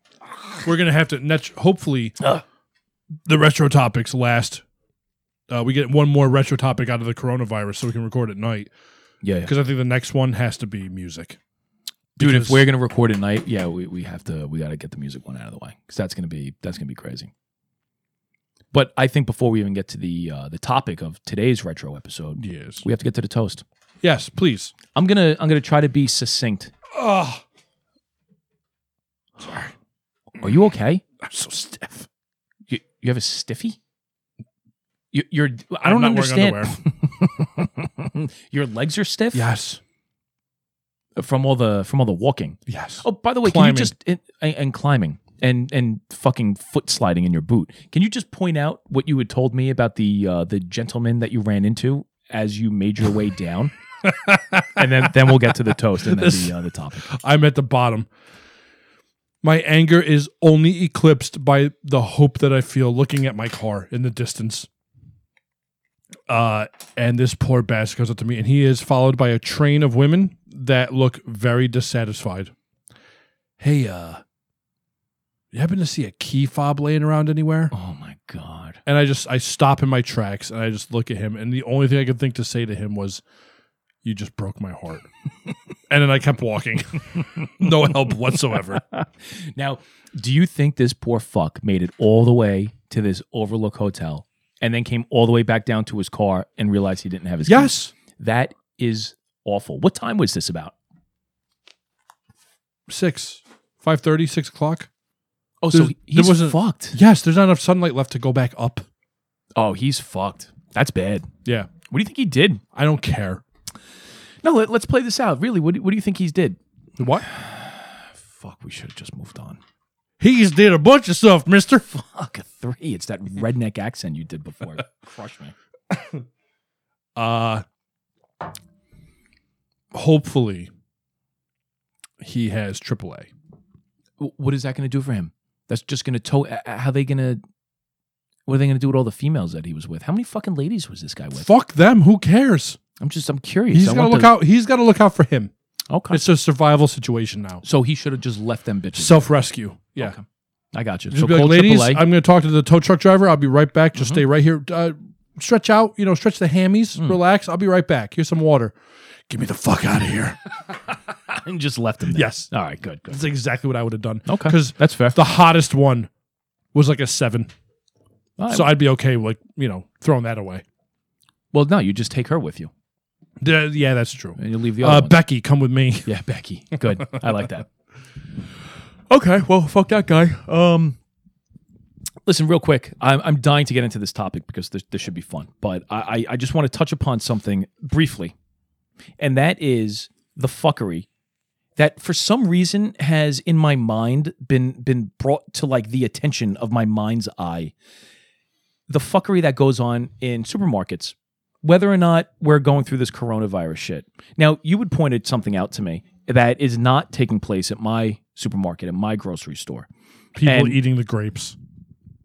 S3: We're gonna have to. Net- hopefully,
S1: Ah.
S3: the retro topics last. Uh, we get one more retro topic out of the coronavirus, so we can record at night.
S1: Yeah, yeah.
S3: Because I think the next one has to be music.
S1: dude if
S3: Because-
S1: we're gonna record at night yeah we, we have to we gotta get the music one out of the way because that's gonna be that's gonna be crazy but i think before we even get to the uh, the topic of today's retro episode
S3: yes,
S1: we have to get to the toast
S3: yes, please.
S1: i'm gonna i'm gonna try to be succinct
S3: Oh,
S1: are you okay
S3: I'm so stiff.
S1: you, you have a stiffy you, you're i
S3: I'm
S1: don't
S3: not wearing
S1: understand your legs are stiff
S3: Yes,
S1: from all the from all the walking
S3: yes.
S1: Oh, by the way, can
S3: Climbing.
S1: you just and, and climbing and and fucking foot sliding in your boot? Can you just point out what you had told me about the uh, the gentleman that you ran into as you made your way down? and then, then we'll get to the toast and then
S3: This-
S1: the, uh, the topic.
S3: I'm at the bottom. My anger is only eclipsed by the hope that I feel looking at my car in the distance. Uh, and this poor bastard goes up to me, and he is followed by a train of women that look very dissatisfied. Hey, uh, you happen to see a key fob laying around anywhere?
S1: Oh my god!
S3: And I just I stop in my tracks and I just look at him, and the only thing I could think to say to him was, "You just broke my heart." and then I kept walking, no help whatsoever.
S1: Now, do you think this poor fuck made it all the way to this Overlook Hotel and then came all the way back down to his car and realized he didn't have his keys?
S3: Yes,
S1: That is awful. What time was this about?
S3: six, five thirty, six o'clock.
S1: Oh, so
S3: There's-
S1: he's
S3: there wasn't-
S1: fucked.
S3: Yes, there's not enough sunlight left to go back up.
S1: Oh, he's fucked. That's bad.
S3: Yeah,
S1: What do you think he did?
S3: I don't care.
S1: No, let, us play this out. Really, what do, what do you think he's did?
S3: What?
S1: Fuck, we should have just moved on.
S3: He's did a bunch of stuff, Mister.
S1: Fuck, a three. It's that redneck accent you did before. Crush me.
S3: Uh hopefully he has AAA.
S1: W- What is that going to do for him? That's just going to tow. uh, uh, How they going to? What are they going to do with all the females that he was with? How many fucking ladies was this guy with?
S3: Fuck them. Who cares?
S1: I'm just, I'm curious.
S3: He's
S1: I
S3: got to
S1: want
S3: look
S1: the-
S3: out. He's got to look out for him.
S1: Okay.
S3: It's a survival situation now.
S1: So he should have just left them bitches.
S3: Self rescue. Yeah.
S1: Okay. I got you.
S3: Just
S1: so
S3: be like,
S1: call
S3: ladies,
S1: AAA.
S3: I'm going to talk to the tow truck driver. I'll be right back. Just stay right here. Uh, stretch out. You know, stretch the hammies. Relax. I'll be right back. Here's some water. Get me the fuck out of here.
S1: and just left him. There.
S3: Yes.
S1: All right. Good. Good.
S3: That's exactly what I would have done.
S1: Okay.
S3: Because
S1: That's fair.
S3: the hottest one was like a seven.
S1: All right.
S3: So I'd be okay, like, you know, throwing that away.
S1: well, no, you just take her with you
S3: Yeah, yeah, that's true.
S1: and you leave the other
S3: Uh,
S1: ones.
S3: Becky, come with me.
S1: yeah, Becky. Good. I like that.
S3: Okay, well, fuck that guy.
S1: Um, listen, real quick, I'm, I'm dying to get into this topic because this, this should be fun, but I, I, I just want to touch upon something briefly, and that is the fuckery that for some reason has in my mind been been brought to like the attention of my mind's eye. The fuckery that goes on in supermarkets, whether or not we're going through this coronavirus shit. Now, you would pointed something out to me that is not taking place at my supermarket, at my grocery store.
S3: People
S1: And-
S3: eating the grapes.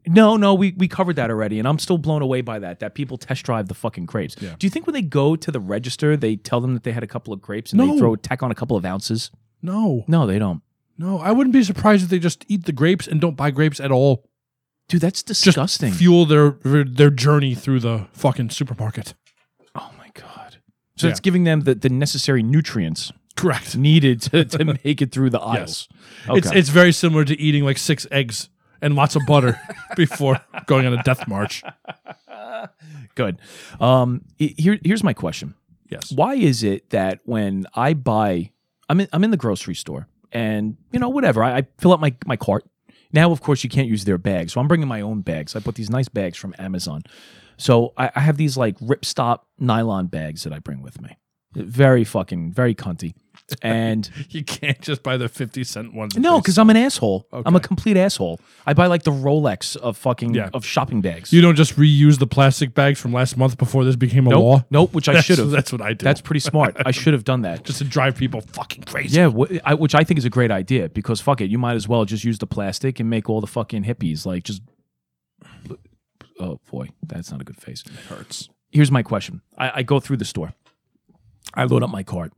S1: No, no, we, we covered that already, and I'm still blown away by that. That people test drive the fucking grapes. Do you think when they go to the register, they tell them that they had a couple of grapes and
S3: No.
S1: they throw tack on a couple of ounces?
S3: No,
S1: No, they don't.
S3: no, I wouldn't be surprised if they just eat the grapes and don't buy grapes at all.
S1: Dude, that's
S3: Just
S1: disgusting.
S3: fuel their their journey through the fucking supermarket.
S1: oh my god. So
S3: Yeah.
S1: it's giving them the, the necessary nutrients
S3: Correct.
S1: needed to, to make it through the aisles. Okay.
S3: It's it's very similar to eating like six eggs and lots of butter before going on a death march.
S1: good. Um, i- here, here's my question.
S3: Yes.
S1: why is it that when I buy, I'm in, I'm in the grocery store and you know whatever I, I fill up my my cart. Now of course you can't use their bags, so I'm bringing my own bags. I bought these nice bags from Amazon, so I, I have these like ripstop nylon bags that I bring with me. Very fucking very cunty, and
S3: You can't just buy the fifty cent ones. that
S1: no,
S3: they-
S1: because I'm an asshole. I'm a
S3: Okay.
S1: complete asshole. I buy like the Rolex of fucking
S3: Yeah.
S1: of shopping bags.
S3: you don't just reuse the plastic bags from last month before this became a law.
S1: nope, nope, which I
S3: That's-
S1: should have.
S3: That's what I do.
S1: That's pretty smart. I should have done that.
S3: just to drive people fucking crazy.
S1: Yeah, wh- I, which I think is a great idea because fuck it, you might as well just use the plastic and make all the fucking hippies like just. Oh boy, that's not a good face. It hurts. Here's my question: I, I go through the store, I load up my cart.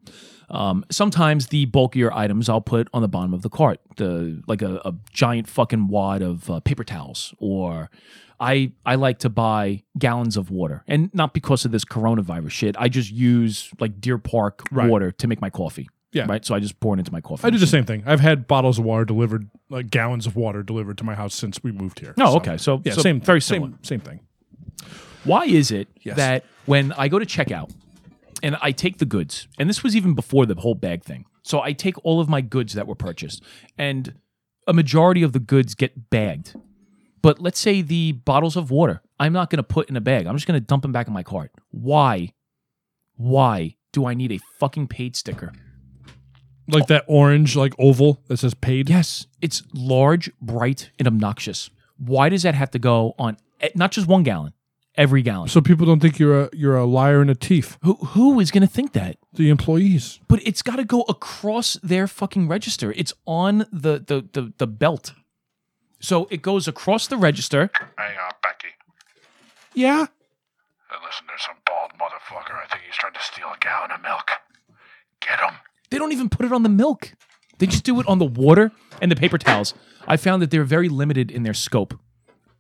S1: Um, sometimes the bulkier items I'll put on the bottom of the cart, the like a, a giant fucking wad of uh, paper towels, or I I like to buy gallons of water, and not because of this coronavirus shit. I just use like Deer Park
S3: Right.
S1: water to make my coffee.
S3: Yeah.
S1: Right. So I just pour it into my coffee.
S3: I do the same thing. I've had bottles of water delivered, like gallons of water delivered to my house since we moved here.
S1: No,
S3: So,
S1: Oh, okay. So,
S3: Yeah,
S1: so
S3: same,
S1: very
S3: same,
S1: similar.
S3: same thing.
S1: Why is it
S3: Yes.
S1: that when I go to checkout and I take the goods, and this was even before the whole bag thing, so I take all of my goods that were purchased, and a majority of the goods get bagged. But let's say the bottles of water, I'm not going to put in a bag. I'm just going to dump them back in my cart. Why? Why do I need a fucking paid sticker?
S3: Like that orange, like oval that says paid.
S1: Yes, it's large, bright, and obnoxious. Why does that have to go on eh, not just one gallon, every gallon?
S3: So people don't think you're a you're a liar and a thief.
S1: Who who is going to think that?
S3: The employees.
S1: But it's got to go across their fucking register. It's on the the the, the belt. So it goes across the register.
S2: Hey, uh, Becky.
S3: Yeah.
S2: Uh, listen, there's some bald motherfucker. I think he's trying to steal a gallon of milk. Get him.
S1: They don't even put it on the milk. They just do it on the water and the paper towels. I found that they're very limited in their scope.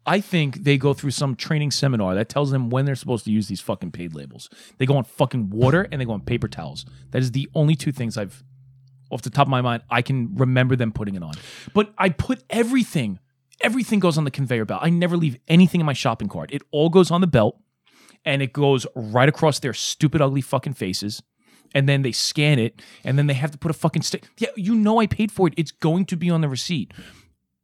S1: I think they go through some training seminar that tells them when they're supposed to use these fucking paid labels. They go on fucking water and they go on paper towels. That is the only two things I've off the top of my mind I can remember them putting it on. But I put everything, everything goes on the conveyor belt. I never leave anything in my shopping cart. It all goes on the belt and it goes right across their stupid ugly fucking faces and then they scan it, and then they have to put a fucking stick. Yeah, you know I paid for it. It's going to be on the receipt.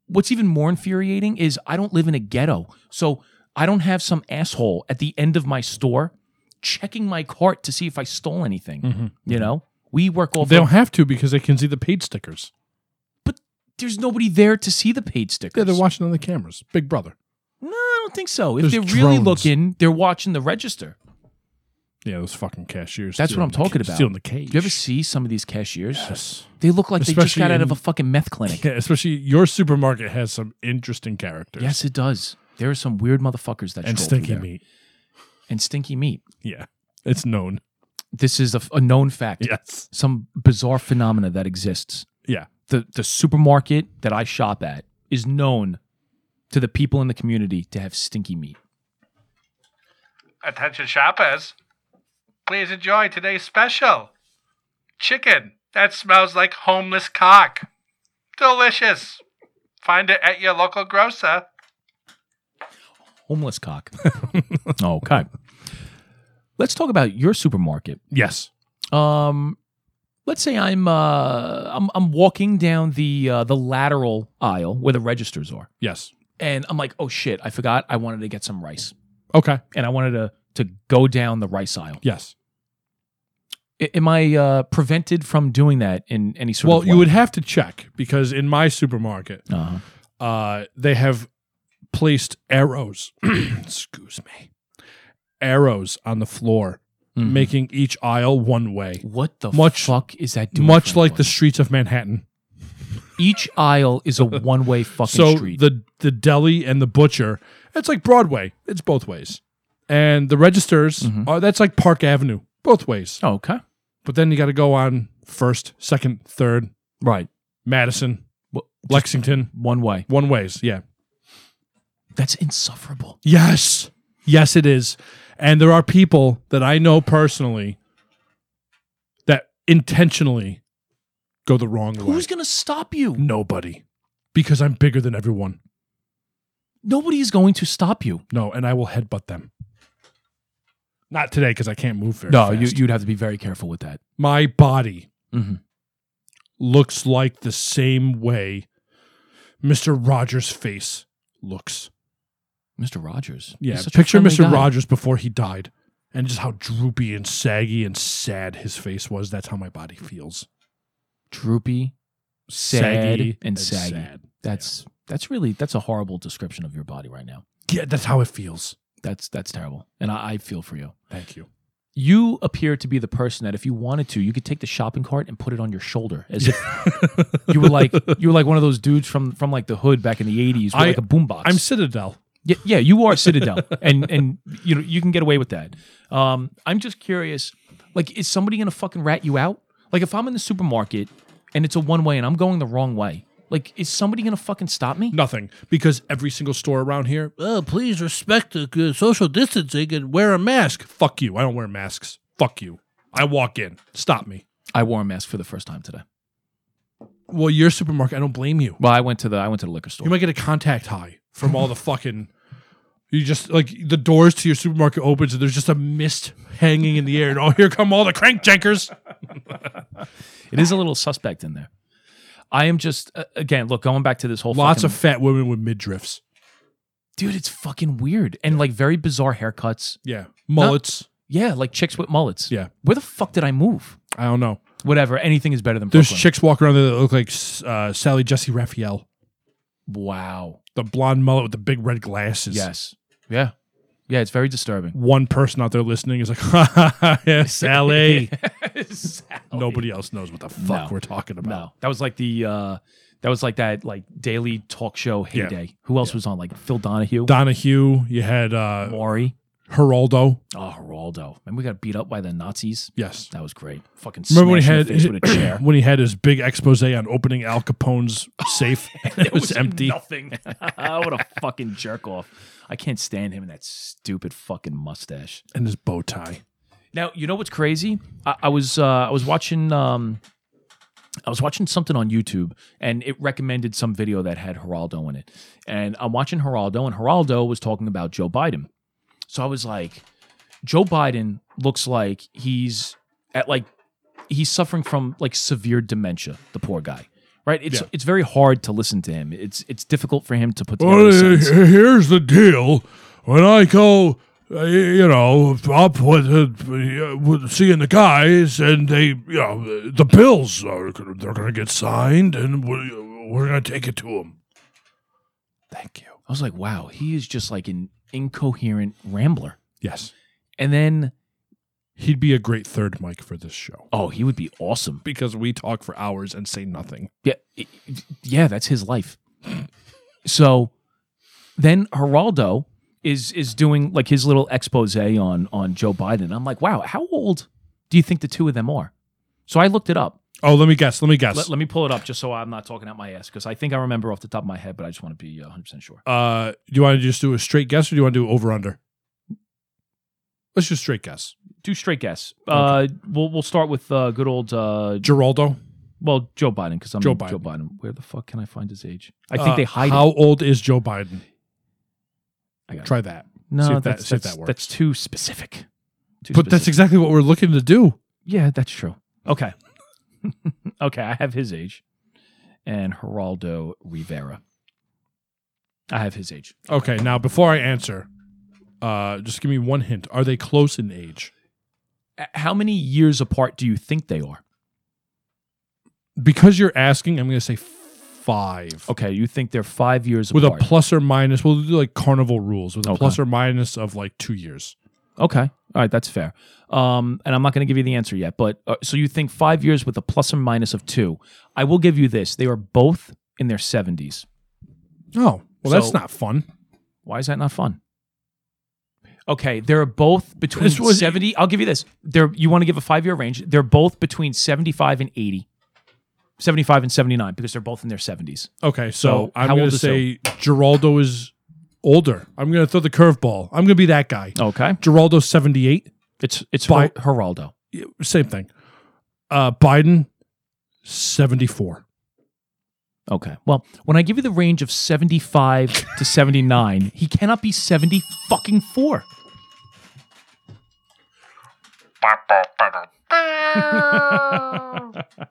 S1: What's even more infuriating is I don't live in a ghetto, so I don't have some asshole at the end of my store checking my cart to see if I stole anything. You know, we work all.
S3: They don't have to because they can see the paid stickers.
S1: but there's nobody there to see the paid stickers.
S3: Yeah, they're watching on the cameras. Big brother.
S1: No, I don't think so. If
S3: There's
S1: they're really
S3: drones.
S1: looking, they're watching the register.
S3: Yeah, those fucking cashiers.
S1: That's what
S3: stealing
S1: I'm talking
S3: the, ca-
S1: about.
S3: Stealing the cage.
S1: Do you ever see some of these cashiers?
S3: Yes.
S1: They look like they just
S3: Especially
S1: got out of
S3: in-
S1: a fucking meth clinic.
S3: Yeah, especially your supermarket has some interesting characters.
S1: Yes, it does. There are some weird motherfuckers that
S3: And
S1: stroll through
S3: stinky
S1: there.
S3: meat.
S1: And stinky meat.
S3: Yeah. It's known.
S1: This is a, a known fact.
S3: Yes.
S1: Some bizarre phenomena that exists.
S3: Yeah.
S1: The the supermarket that I shop at is known to the people in the community to have stinky meat.
S7: Attention shoppers. Please enjoy today's special. Chicken that smells like homeless cock. Delicious. Find it at your local grocer.
S1: Homeless cock. okay. Let's talk about your supermarket.
S3: Yes.
S1: um let's say i'm uh i'm, I'm walking down the uh, the lateral aisle where the registers are
S3: Yes.
S1: and i'm like oh shit i forgot i wanted to get some rice
S3: Okay.
S1: and i wanted to to go down the rice aisle
S3: Yes.
S1: I- am i uh prevented from doing that in any sort
S3: Well,
S1: of
S3: you would have to check because in my supermarket,
S1: would uh
S3: uh, they have placed arrows. excuse me. Arrows on the floor, making each aisle one way,
S1: Mm-hmm. what the
S3: much-
S1: fuck is that doing
S3: much
S1: for
S3: like the
S1: anyone?
S3: streets of Manhattan.
S1: each aisle is a one-way fucking
S3: so
S1: street
S3: the the deli and the butcher it's like broadway it's both ways and the registers
S1: Mm-hmm.
S3: are that's like park avenue both ways
S1: oh, okay
S3: but then you got to go on first second third
S1: right
S3: madison
S1: Well, just
S3: lexington
S1: one way
S3: one ways yeah
S1: that's insufferable
S3: yes yes it is and there are people that i know personally that intentionally go the wrong way
S1: who's gonna stop you
S3: nobody because i'm bigger than everyone
S1: nobody is going to stop you
S3: no and i will headbutt them not today because i can't move very
S1: no
S3: fast. Mm-hmm.
S1: you, you'd have to be very careful with that
S3: my body
S1: Mhm.
S3: looks like the same way Mr. Rogers' face looks.
S1: Mr. Rogers.
S3: Yeah,
S1: He's such a
S3: picture
S1: friendly
S3: Mr.
S1: guy.
S3: Rogers before he died and just how droopy and saggy and sad his face was. That's how my body feels.
S1: Droopy, sad,
S3: Saggy
S1: and saggy. That's that's really that's a horrible description of your body right now.
S3: Yeah, that's how it feels.
S1: That's that's terrible, and I, I feel for you.
S3: Thank you.
S1: You appear to be the person that, if you wanted to, you could take the shopping cart and put it on your shoulder, as if you were like you were like one of those dudes from from like the hood back in the eighties, with
S3: I-
S1: like a boombox.
S3: I'm Citadel.
S1: Yeah, yeah, you are Citadel, and and you know you can get away with that. Um, I'm just curious, like, is somebody gonna fucking rat you out? Like, if I'm in the supermarket and it's a one way and I'm going the wrong way, like, is somebody gonna fucking stop me?
S3: Nothing. Because every single store around here, oh, please respect the uh, social distancing and wear a mask. Fuck you. I don't wear masks. Fuck you. I walk in. Stop me.
S1: I wore a mask for the first time today.
S3: Well, your supermarket, I don't blame you.
S1: Well, I went to the I went to the liquor store.
S3: You might get a contact high from all the fucking. You just like the doors to your supermarket opens and there's just a mist hanging in the air and oh here come all the crank jankers.
S1: It is a little suspect in there. I am just uh, again, look, going back to this whole
S3: Lots
S1: fucking-
S3: of fat women with midriffs.
S1: dude. It's fucking weird and like very bizarre haircuts.
S3: Yeah, mullets.
S1: Yeah, like chicks with mullets.
S3: Yeah.
S1: where the fuck did I move?
S3: I don't know.
S1: Whatever, anything is better than
S3: There's
S1: Brooklyn.
S3: chicks walking around there that look like uh, Sally Jesse Raphael,
S1: wow.
S3: the blonde mullet with the big red glasses.
S1: Yes. Yeah. Yeah, it's very disturbing.
S3: One person out there listening is like, ha, ha, ha, yeah, Sally. Nobody else knows what the fuck
S1: No.
S3: we're talking about.
S1: No. That was like the uh that was like that like daily talk show heyday. Who else was on? Like Phil Donahue,
S3: Donahue, you had uh,
S1: Maury,
S3: Geraldo.
S1: oh Geraldo. And we got beat up by the Nazis.
S3: Yes.
S1: That was great. Fucking
S3: Remember when he
S1: smashing
S3: had
S1: the face with a chair.
S3: when he had his big expose on opening Al Capone's safe? it was, empty.
S1: Nothing. what a fucking jerk off. I can't stand him and that stupid fucking mustache.
S3: and his bow tie.
S1: Now you know what's crazy. I, I was uh, I was watching um, I was watching something on YouTube, and it recommended some video that had Geraldo in it. And I'm watching Geraldo, and Geraldo was talking about Joe Biden. So I was like, Joe Biden looks like he's at like he's suffering from like severe dementia. The poor guy, right? It's
S3: Yeah.
S1: it's very hard to listen to him. It's it's difficult for him to put together.
S5: Well,
S1: a
S5: he-
S1: sentence.
S5: here's the deal. When I go, uh, you know, up with, uh, with seeing the guys, and they, you know, the bills are gonna- they're going to get signed, and we're, we're going to take it to them.
S3: Thank you.
S1: I was like, wow, he is just like an incoherent rambler.
S3: Yes.
S1: And then,
S3: He'd be a great third mic for this show
S1: oh, he would be awesome.
S3: because we talk for hours and say nothing.
S1: Yeah, it- it- yeah, that's his life. So then Geraldo is is doing like his little expose on on Joe Biden. I'm like, wow, how old do you think the two of them are? So I looked it up.
S3: Oh, let me guess. Let me guess.
S1: Let, let me pull it up just so I'm not talking out my ass because I think I remember off the top of my head, but I just want to be 100 percent sure.
S3: uh, do you want to just do a straight guess or do you want to do over under? Let's just straight guess.
S1: Do straight guess. Uh, we'll we'll start with uh, good old uh,
S3: Geraldo.
S1: Well, Joe Biden, because I'm
S3: Joe
S1: Joe
S3: Biden.
S1: Biden. Where the fuck can I find his age? I think
S3: Uh,
S1: they hide.
S3: How
S1: it.
S3: old is Joe Biden?
S1: I got it.
S3: Try that.
S1: No,
S3: see if that-
S1: that's,
S3: see if
S1: that's,
S3: that works.
S1: that's too specific. Too
S3: But that's
S1: specific.
S3: exactly what we're looking to do.
S1: yeah, that's true. Okay, okay, I have his age, and Geraldo Rivera. I have his age.
S3: Okay, now before I answer, uh, just give me one hint. Are they close in age?
S1: A- How many years apart do you think they are?
S3: Because you're asking, I'm going to say five.
S1: Okay, you think they're five years
S3: With a
S1: apart?
S3: plus or minus, we'll do like carnival rules with a
S1: Okay.
S3: plus or minus of like two years.
S1: okay, all right, that's fair. Um, and I'm not going to give you the answer yet, but uh, so you think five years with a plus or minus of two? I will give you this: they are both in their 70s.
S3: Oh, well, that's
S1: So-
S3: not fun.
S1: Why is that not fun? Okay, they're both between
S3: This was-
S1: 70. I'll give you this. They're you want to give a 5-year range. They're both between 75 and 80. 75 and 79 because they're both in their 70s.
S3: Okay, so,
S1: So,
S3: I'm
S1: how
S3: going
S1: old
S3: to
S1: is
S3: say Geraldo is older. I'm going to throw the curveball. I'm going to be that guy.
S1: Okay.
S3: Geraldo's 78.
S1: It's it's
S3: By-
S1: Her- Geraldo.
S3: Yeah, Same thing. Uh, Biden, 74.
S1: Okay. Well, when I give you the range of 75 to 79, he cannot be 70 fucking 4.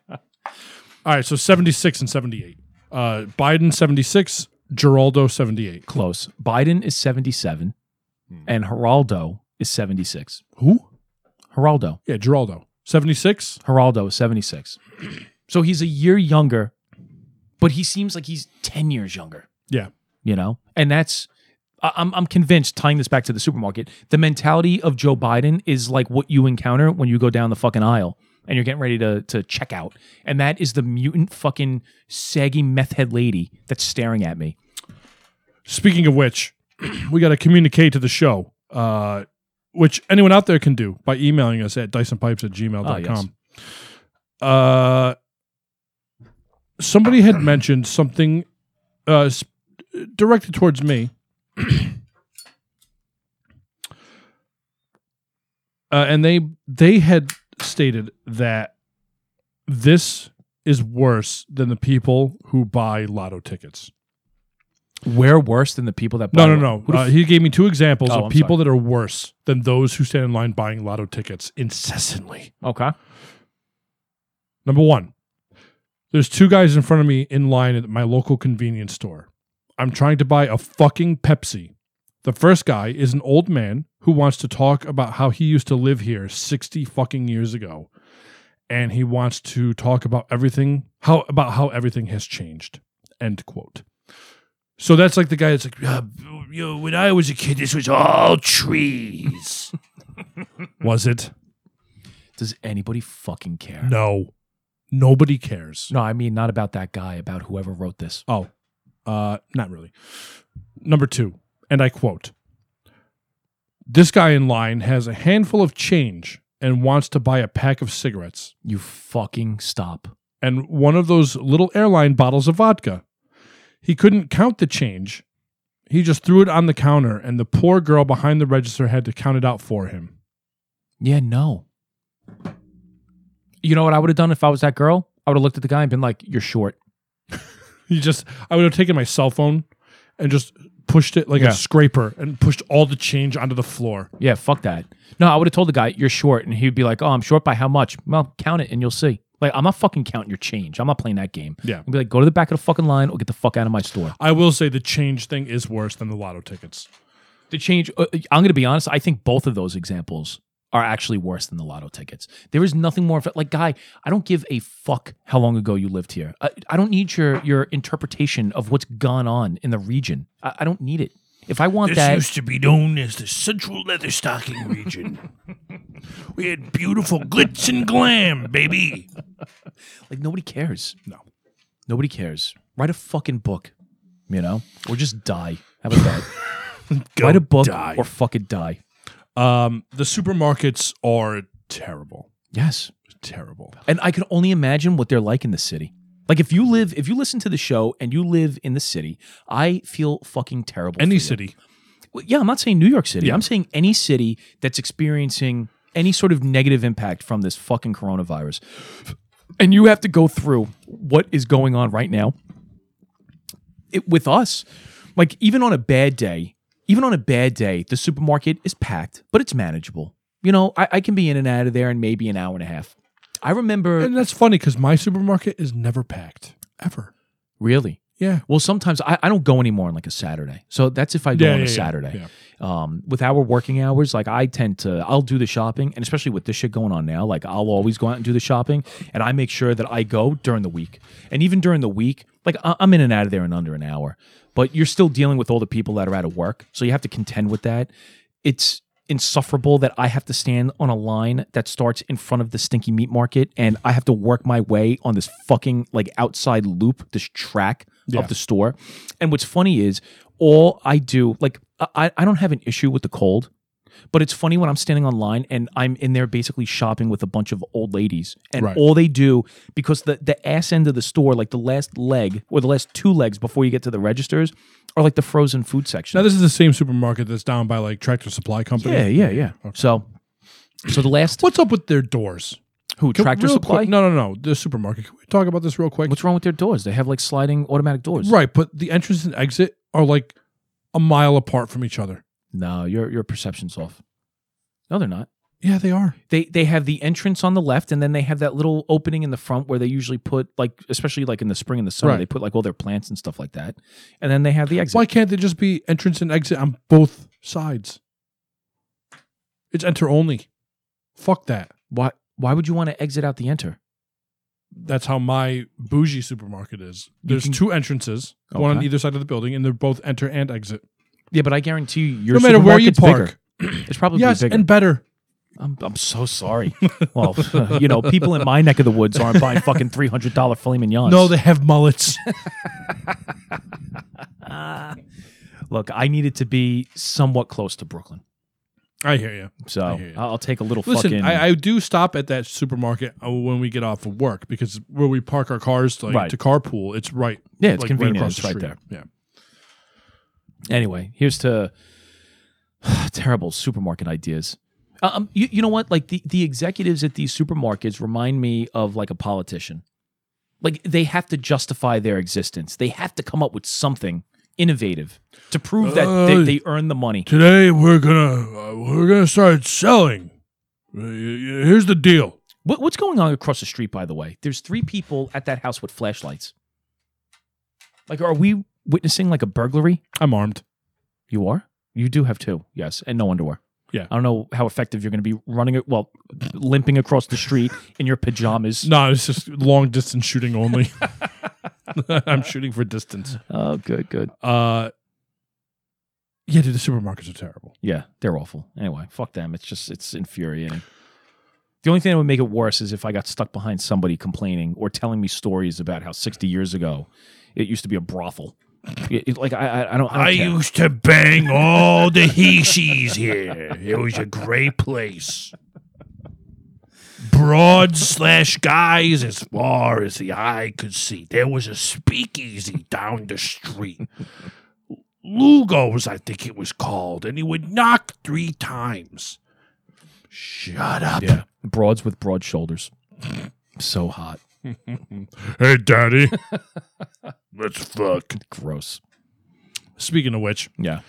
S3: All right, so 76 and 78. Uh, Biden 76, Geraldo 78.
S1: Close. Biden is 77
S3: Hmm.
S1: and Geraldo is 76.
S3: Who?
S1: Geraldo.
S3: Yeah, Geraldo. 76?
S1: Geraldo is 76. So he's a year younger, but he seems like he's 10 years younger,
S3: Yeah.
S1: you know? And that's, I- I'm, I'm convinced, tying this back to the supermarket, the mentality of Joe Biden is like what you encounter when you go down the fucking aisle and you're getting ready to, to check out. And that is the mutant fucking saggy meth head lady that's staring at me.
S3: Speaking of which, we got to communicate to the show, uh, which anyone out there can do by emailing us at dysonpipes at
S1: Oh, yes.
S3: gmail.com. Uh, somebody had mentioned something uh, sp- directed towards me. Uh, and they they had stated that this is worse than the people who buy lotto tickets.
S1: We're worse than the people that
S3: No,
S1: buy-
S3: no, no.
S1: Who the
S3: Uh,
S1: f-
S3: he gave me two examples
S1: Oh,
S3: of
S1: I'm
S3: people that are worse than those who stand in line buying lotto tickets incessantly.
S1: okay.
S3: Number one, there's two guys in front of me in line at my local convenience store. I'm trying to buy a fucking Pepsi. The first guy is an old man who wants to talk about how he used to live here 60 fucking years ago. And he wants to talk about everything, how about how everything has changed. End quote. So that's like the guy that's like, "Yeah, you know, when I was a kid, this was all trees. was it?
S1: Does anybody fucking care?
S3: No. Nobody cares.
S1: No, I mean, not about that guy, about whoever wrote this.
S3: Oh, uh, not really. Number two, and I quote This guy in line has a handful of change and wants to buy a pack of cigarettes
S1: You fucking stop.
S3: and one of those little airline bottles of vodka. He couldn't count the change. He just threw it on the counter, and the poor girl behind the register had to count it out for him.
S1: Yeah, no. You know what I would have done if I was that girl? I would have looked at the guy and been like, "You're short."
S3: He just, I would have taken my cell phone and just pushed it like
S1: Yeah.
S3: a scraper and pushed all the change onto the floor.
S1: Yeah, fuck that. No, I would have told the guy, you're short. And he'd be like, oh, I'm short by how much? Well, count it and you'll see. Like, I'm not fucking counting your change. I'm not playing that game.
S3: Yeah.
S1: I'd be like, go to the back of the fucking line or get the fuck out of my store.
S3: I will say the change thing is worse than the lotto tickets.
S1: The change, uh, I'm going to be honest, I think both of those examples are actually worse than the lotto tickets. There is nothing more, like, guy, I don't give a fuck how long ago you lived here. I, I don't need your, your interpretation of what's gone on in the region. I, I don't need it. If I want
S5: This
S1: that,
S5: used to be known as the Central Leather Stocking region. we had beautiful glitz and glam, baby.
S1: like, nobody cares.
S3: No.
S1: Nobody cares. Write a fucking book, you know, or just die. How about that?
S3: Go
S1: Write a book
S3: die.
S1: or fucking die.
S3: Um, the supermarkets are terrible,
S1: Yes.
S3: terrible.
S1: And I can only imagine what they're like in the city. Like if you live, if you listen to the show and you live in the city, I feel fucking terrible. for
S3: Any
S1: you.
S3: city,
S1: Well, Yeah, I'm not saying New York City.
S3: Yeah.
S1: I'm saying any city that's experiencing any sort of negative impact from this fucking coronavirus. And you have to go through what is going on right now it, with us. Like, even on a bad day, even on a bad day, the supermarket is packed, but it's manageable. You know, I, I can be in and out of there in maybe an hour and a half. I remember,
S3: and that's funny because my supermarket is never packed ever.
S1: really.
S3: Yeah,
S1: Well, sometimes I, I don't go anymore on like a Saturday. So that's if I go
S3: Yeah,
S1: on
S3: yeah,
S1: a
S3: yeah,
S1: Saturday.
S3: yeah.
S1: Um, with our working hours, like I tend to, I'll do the shopping, and especially with this shit going on now, like I'll always go out and do the shopping, and I make sure that I go during the week, and even during the week, like I- I'm in and out of there in under an hour. But you're still dealing with all the people that are out of work, so you have to contend with that. It's insufferable that I have to stand on a line that starts in front of the stinky meat market, and I have to work my way on this fucking like outside loop, this track
S3: Yeah.
S1: of the store. And what's funny is all I do, like I, I don't have an issue with the cold, but it's funny when I'm standing online and I'm in there basically shopping with a bunch of old ladies. And
S3: Right.
S1: all they do, because the, the ass end of the store, like the last leg or the last two legs before you get to the registers, are like the frozen food section.
S3: now this is the same supermarket that's down by like Tractor Supply Company.
S1: yeah, yeah, yeah. So so the last
S3: What's up with their doors?
S1: who
S3: Can-
S1: tractor
S3: real
S1: supply?
S3: Quick, no, no, no. The supermarket. Can we talk about this real quick?
S1: What's wrong with their doors? They have like sliding automatic doors.
S3: right, but the entrance and exit are like a mile apart from each other.
S1: No, your your perception's off. No, they're not.
S3: Yeah, they are.
S1: they they have the entrance on the left and then they have that little opening in the front where they usually put like especially like in the spring and the summer
S3: Right.
S1: they put like all their plants and stuff like that and then they have the exit
S3: Why can't they just be entrance and exit on both sides? It's enter only. Fuck that.
S1: why why would you want to exit out the enter
S3: That's how my bougie supermarket is. There's
S1: can-
S3: two entrances, one on
S1: Okay.
S3: either side of the building, and they're both enter and exit.
S1: yeah but i guarantee you your
S3: No matter where you
S1: supermarket's
S3: park.
S1: bigger. it's probably
S3: Yes,
S1: bigger
S3: and better.
S1: I'm, I'm so sorry well you know people in my neck of the woods aren't buying fucking $300 filet mignons
S3: No, they have mullets.
S1: look i needed to be somewhat close to brooklyn
S3: I hear you.
S1: so
S3: I hear you.
S1: i'll I'll take a little
S3: Listen,
S1: fucking
S3: I, I do stop at that supermarket uh, when we get off of work because where we park our cars like,
S1: Right.
S3: to carpool, it's right.
S1: Yeah, it's
S3: like,
S1: convenient.
S3: Right across
S1: It's
S3: the
S1: right
S3: street. Yeah.
S1: Anyway, here's to terrible supermarket ideas. Um, you, you know what? Like the, the executives at these supermarkets remind me of like a politician. Like they have to justify their existence. They have to come up with something innovative to prove that
S3: Uh,
S1: they, they earn the money.
S3: Today we're gonna uh, we're gonna start selling. Uh, y- y- Here's the deal.
S1: What, what's going on across the street, by the way? There's three people at that house with flashlights. Like, are we witnessing like a burglary?
S3: I'm armed.
S1: You are? You do have two, yes, and no underwear.
S3: Yeah.
S1: I don't know how effective you're going to be running it, well, limping across the street in your pajamas.
S3: No, it's just long distance shooting only. I'm shooting for distance.
S1: Oh, good, good.
S3: Uh, yeah, dude, the supermarkets are terrible.
S1: Yeah, they're awful. Anyway, fuck them. It's just, it's infuriating. The only thing that would make it worse is if I got stuck behind somebody complaining or telling me stories about how 60 years ago it used to be a brothel. It- it- like, I, I, I don't, I, don't
S5: I
S1: care.
S5: used to bang all the he-she's here. It was a great place. Broad slash guys as far as the eye could see. There was a speakeasy down the street. Lugo's, I think it was called, and he would knock three times. Shut up.
S1: yeah. Broads with broad shoulders. So hot.
S5: Hey, daddy. Let's fuck.
S1: Gross.
S3: Speaking of which,
S1: Yeah.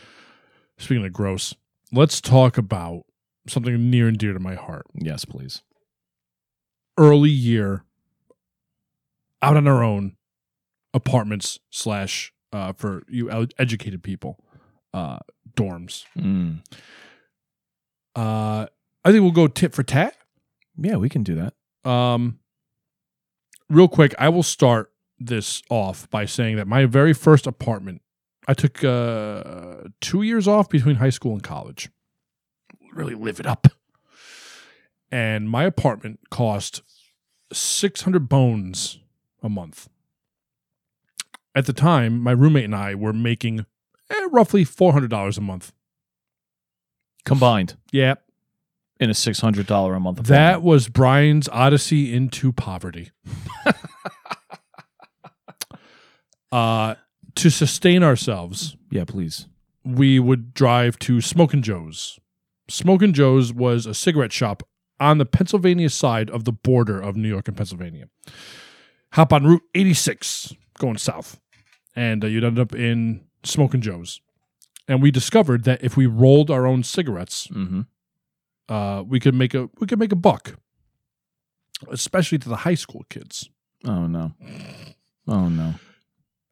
S3: speaking of gross, let's talk about something near and dear to my heart.
S1: Yes, please.
S3: Early year, out on our own, apartments slash uh, for you ed- educated people, uh, dorms.
S1: Mm.
S3: Uh, I think we'll go tit for tat.
S1: Yeah, we can do that.
S3: Um, real quick, I will start this off by saying that my very first apartment, I took uh, two years off between high school and college. Really live it up. And my apartment cost 600 bones a month. At the time, my roommate and I were making eh, roughly $400 a month.
S1: Combined
S3: Yeah.
S1: in a six hundred dollar a month.
S3: That was Brian's odyssey into poverty. uh, to sustain ourselves,
S1: Yeah, please.
S3: we would drive to Smokin' Joe's. Smokin' Joe's was a cigarette shop on the Pennsylvania side of the border of New York and Pennsylvania. Hop on Route 86 going south, and uh, you'd end up in Smokin' Joe's. And we discovered that if we rolled our own cigarettes,
S1: Mm-hmm.
S3: uh, we could make a we could make a buck, especially to the high school kids.
S1: Oh no. Oh no.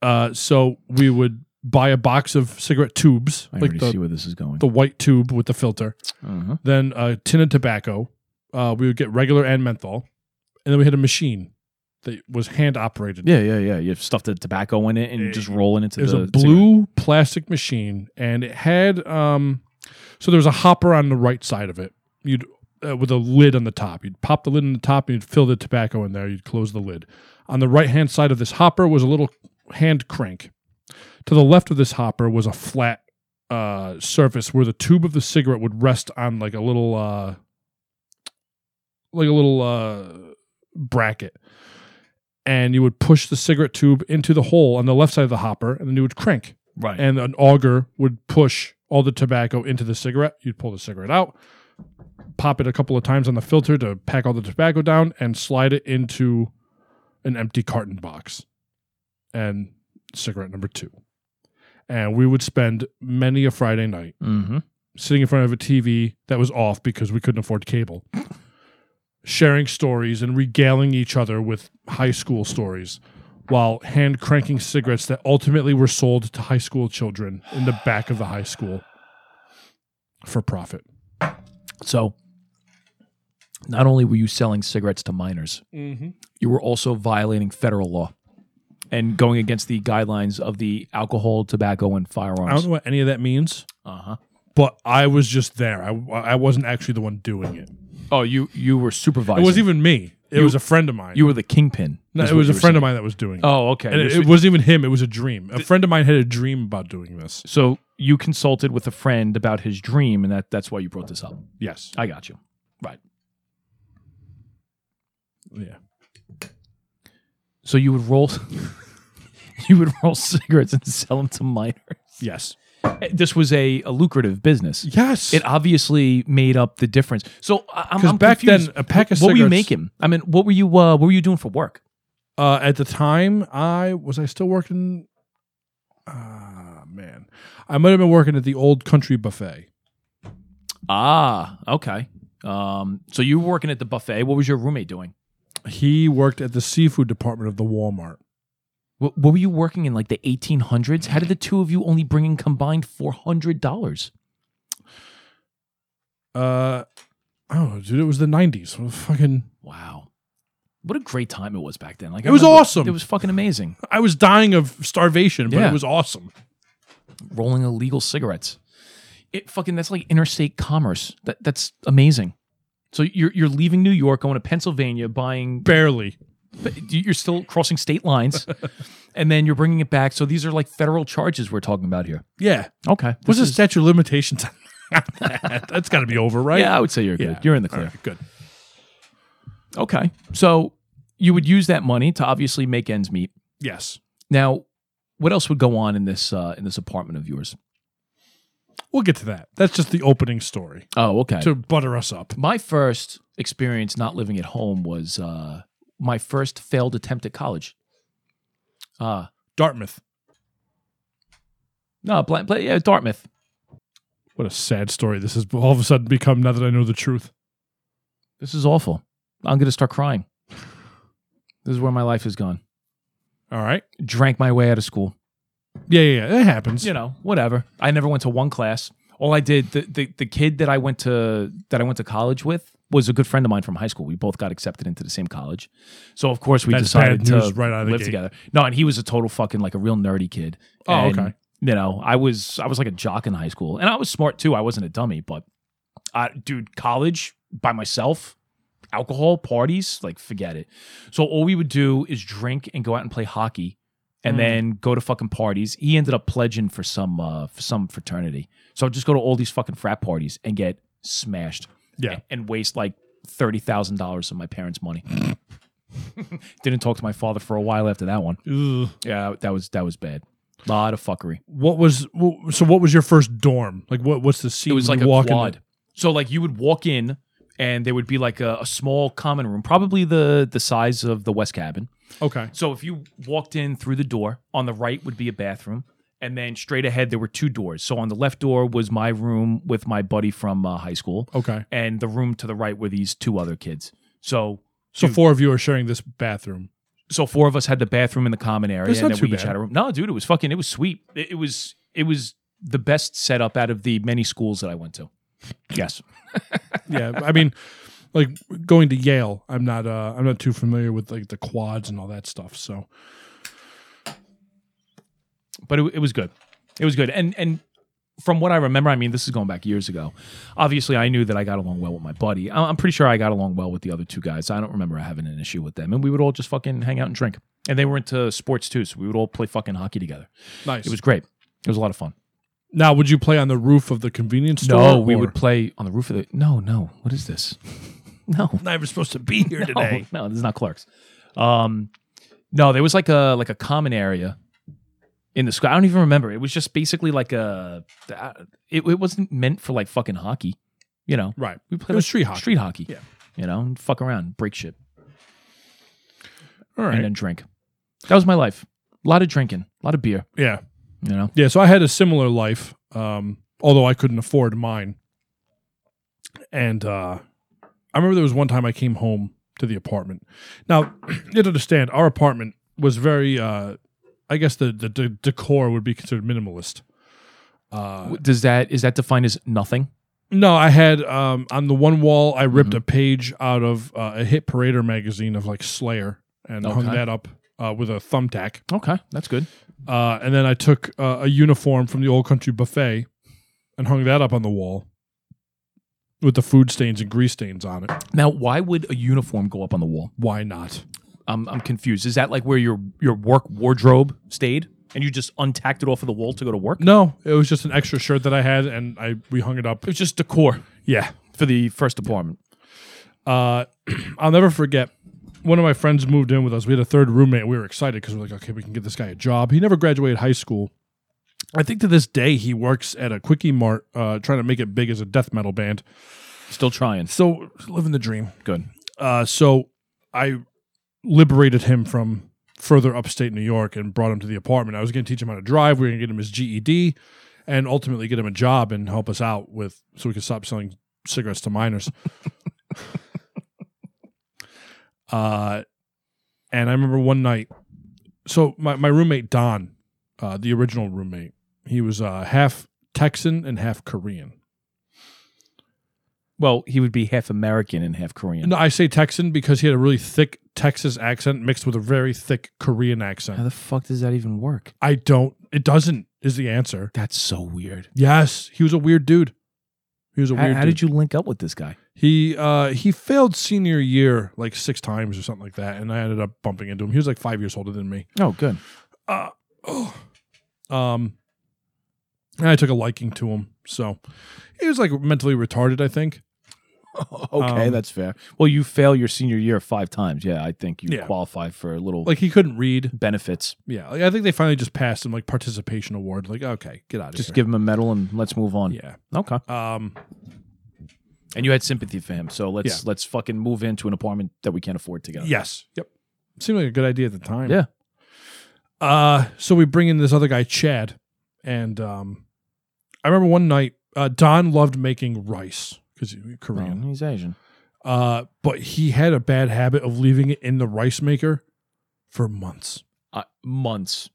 S3: Uh, so we would buy a box of cigarette tubes,
S1: I
S3: like
S1: already see
S3: the,
S1: where this is going.
S3: the white tube with the filter,
S1: uh-huh.
S3: then a tin of tobacco. Uh, we would get regular and menthol, and then we had a machine that was hand operated.
S1: Yeah, yeah, yeah. You have stuff the tobacco in it and
S3: Eh,
S1: just rolling into
S3: It was
S1: the
S3: a blue plastic machine, and it had um, so there was a hopper on the right side of it. You'd uh, with a lid on the top. You'd pop the lid on the top, and you'd fill the tobacco in there. You'd close the lid. On the right hand side of this hopper was a little hand crank. To the left of this hopper was a flat uh, surface where the tube of the cigarette would rest on like a little uh, like a little uh, bracket and you would push the cigarette tube into the hole on the left side of the hopper, and then you would crank.
S1: Right.
S3: And an auger would push all the tobacco into the cigarette. You'd pull the cigarette out, pop it a couple of times on the filter to pack all the tobacco down, and slide it into an empty carton box. And cigarette number two. And we would spend many a Friday night
S1: mm-hmm.
S3: sitting in front of a TV that was off because we couldn't afford cable, sharing stories and regaling each other with high school stories while hand cranking cigarettes that ultimately were sold to high school children in the back of the high school for profit.
S1: So not only were you selling cigarettes to minors,
S3: Mm-hmm.
S1: you were also violating federal law and going against the guidelines of the alcohol, tobacco, and
S3: I don't
S1: firearms.
S3: know what any of that means,
S1: Uh-huh.
S3: but I was just there. I, I wasn't actually the one doing it.
S1: Oh, you you were
S3: It
S1: supervising.
S3: wasn't even me. It
S1: You-
S3: was a friend of mine.
S1: you were the kingpin.
S3: no,
S1: is
S3: it
S1: what
S3: was
S1: you
S3: a
S1: were
S3: friend
S1: saying.
S3: of mine that was doing it.
S1: Oh, okay.
S3: and
S1: You're
S3: it,
S1: su-
S3: it wasn't even him. It was a dream. A friend of mine had a dream about doing this.
S1: so you consulted with a friend about his dream, and that, that's why you brought this up.
S3: Yes.
S1: I got you.
S3: Yeah.
S1: So you would roll, you would roll cigarettes and sell them to minors.
S3: Yes.
S1: Eh, This was a, a lucrative business.
S3: Yes.
S1: It obviously made up the difference. So I- I'm,
S3: 'Cause
S1: I'm
S3: back
S1: confused.
S3: then, a pack of
S1: what were you
S3: cigarettes-
S1: making? I mean, what were you uh, what were you doing for work?
S3: uh, at the time, I was I still working. Ah man, I might have been working at the old country buffet.
S1: Ah, okay. Um, so you were working at the buffet. What was your roommate doing?
S3: He worked at the seafood department of the Walmart.
S1: What, what were you working in like the 1800s? How did the two of you only bring in combined four hundred dollars?
S3: Uh, oh, dude, it was the nineties. Fucking,
S1: Wow, what a great time it was back then! Like
S3: It was
S1: remember-
S3: awesome.
S1: It was fucking amazing.
S3: I was dying of starvation, but
S1: Yeah.
S3: it was awesome.
S1: Rolling illegal cigarettes. It fucking that's like interstate commerce. That that's amazing. So you're you're leaving New York, going to Pennsylvania, buying
S3: Barely.
S1: But you- you're still crossing state lines and then you're bringing it back so these are like federal charges we're talking about here
S3: Yeah.
S1: okay
S3: What's the statute of limitations? on that? That's got to be over, right?
S1: yeah i would say you're good
S3: Yeah.
S1: you're in the
S3: All
S1: clear
S3: right, good.
S1: okay so you would use that money to obviously make ends meet
S3: Yes.
S1: now what else would go on in this uh, in this apartment of yours
S3: We'll get to that. That's just the opening story
S1: oh okay
S3: to butter us up.
S1: my first experience not living at home was uh, my first failed attempt at college uh,
S3: Dartmouth.
S1: No, Bla- Bla- yeah, Dartmouth.
S3: What a sad story this has all of a sudden become now that I know the truth.
S1: This is awful. I'm going to start crying. This is where my life has gone.
S3: All right.
S1: Drank my way out of school.
S3: Yeah, yeah, yeah. It happens.
S1: you know, whatever. I never went to one class. All I did, the, the the kid that I went to that I went to college with was a good friend of mine from high school. We both got accepted into the same college, so of course we
S3: That's
S1: decided
S3: bad news
S1: to
S3: right out of the
S1: live
S3: gate.
S1: together. No, and he was a total fucking like a real nerdy kid.
S3: Oh,
S1: And,
S3: okay.
S1: You know, I was I was like a jock in high school, and I was smart too. I wasn't a dummy, but I, dude, college by myself, alcohol parties, like forget it. So all we would do is drink and go out and play hockey and
S3: Mm.
S1: then go to fucking parties. He ended up pledging for some uh for some fraternity. So I'd just go to all these fucking frat parties and get smashed.
S3: Yeah.
S1: And, waste like thirty thousand dollars of my parents' money. Didn't talk to my father for a while after that one.
S3: Ugh.
S1: Yeah, that was that was bad. Lot of fuckery.
S3: What was wh- so? What was your first dorm? Like, what? What's the scene?
S1: it was
S3: when
S1: like
S3: you
S1: a
S3: walk in the-
S1: quad. so like you would walk in and there would be like a, a small common room, probably the the size of the west cabin.
S3: okay.
S1: So if you walked in through the door, on the right would be a bathroom, and then straight ahead there were two doors. So on the left door was my room with my buddy from uh, high school,
S3: Okay.
S1: and the room to the right were these two other kids. So
S3: So
S1: Dude.
S3: four of you are sharing this bathroom.
S1: so four of us had the bathroom in the common area,
S3: That's
S1: and
S3: not
S1: then we
S3: too
S1: each
S3: bad.
S1: had a room. No, dude, it was fucking. It was sweet. It, it was it was the best setup out of the many schools that I went to. Yes.
S3: Yeah. I mean, like going to Yale. I'm not. Uh, I'm not too familiar with like the quads and all that stuff. So
S1: but it, it was good. It was good. And and from what I remember, I mean, this is going back years ago. Obviously, I knew that I got along well with my buddy. I- I'm pretty sure I got along well with the other two guys. I don't remember having an issue with them. And we would all just fucking hang out and drink. And they were into sports too, so we would all play fucking hockey together.
S3: nice.
S1: It was great. It was a lot of fun.
S3: now, would you play on the roof of the convenience store?
S1: No, we
S3: or-
S1: would play on the roof of the. No, no. What is this? No,
S5: Not even supposed to be here
S1: Oh,
S5: today.
S1: No, this is not Clark's. Um, no, there was like a like a common area in the school. I don't even remember. It was just basically like a. It, it wasn't meant for like fucking hockey. You know,
S3: Right.
S1: we
S3: It
S1: played
S3: was
S1: like
S3: street hockey.
S1: Street hockey.
S3: Yeah.
S1: You know, and fuck around, break shit,
S3: All right.
S1: and then drink. That was my life. A lot of drinking, a lot of beer.
S3: yeah.
S1: You know,
S3: Yeah, so I had a similar life, um, although I couldn't afford mine. And uh, I remember there was one time I came home to the apartment. Now, you have to understand, our apartment was very, uh, I guess the, the, the decor would be considered minimalist. Uh,
S1: W- does that is that defined as nothing?
S3: no, I had um, on the one wall, I ripped a page out of uh, a hit parader magazine of like Slayer and hung
S1: Okay.
S3: that up uh, with a thumbtack.
S1: Okay, that's good.
S3: Uh, and then I took uh, a uniform from the old country buffet and hung that up on the wall with the food stains and grease stains on it.
S1: Now, why would a uniform go up on the wall?
S3: Why not?
S1: I'm, I'm confused. Is that like where your your work wardrobe stayed, and you just untacked it off of the wall to go to work?
S3: No, it was just an extra shirt that I had, and I we hung it up.
S1: It was just decor
S3: Yeah.
S1: for the first apartment.
S3: Uh, I'll never forget. One of my friends moved in with us. We had a third roommate. We were excited because we are like, okay, we can get this guy a job. He never graduated high school. I think to this day he works at a quickie mart, uh, trying to make it big as a death metal band.
S1: Still trying.
S3: So living the dream.
S1: Good.
S3: Uh, so I liberated him from further upstate New York and brought him to the apartment. I was going to teach him how to drive. We were going to get him his GED and ultimately get him a job and help us out with so we could stop selling cigarettes to minors. uh, and I remember one night. So my, my roommate Don, uh, the original roommate, he was uh, half Texan and half Korean.
S1: Well, he would be half American and half Korean.
S3: No, I say Texan because he had a really thick Texas accent mixed with a very thick Korean
S1: How
S3: accent.
S1: the fuck does that even work?
S3: I don't. It doesn't is the answer.
S1: That's so weird.
S3: Yes, he was a weird dude. He was a
S1: How,
S3: weird.
S1: how
S3: dude.
S1: did you link up with this guy?
S3: He uh he failed senior year like six times or something like that, and I ended up bumping into him. He was like five years older than me.
S1: Oh, good.
S3: Uh, oh. Um, and I took a liking to him. So he was like mentally retarded, I think.
S1: okay,
S3: Um,
S1: that's fair. Well, you fail your senior year five times. Yeah, I think you
S3: Yeah.
S1: qualify for a little
S3: Like he couldn't read.
S1: benefits.
S3: Yeah, like, I think they finally just passed him like participation award. Like okay, get out of
S1: Just
S3: here.
S1: give him a medal and let's move on.
S3: yeah.
S1: Okay.
S3: Um,
S1: And you had sympathy for him, so let's
S3: Yeah.
S1: let's fucking move into an apartment that we can't afford together.
S3: Yes. Yep. Seemed like a good idea at the time.
S1: Yeah.
S3: Uh, so we bring in this other guy, Chad, And um, I remember one night, uh, Don loved making rice because he's Korean.
S1: he's Asian.
S3: Uh, but he had a bad habit of leaving it in the rice maker for months.
S1: Uh, months.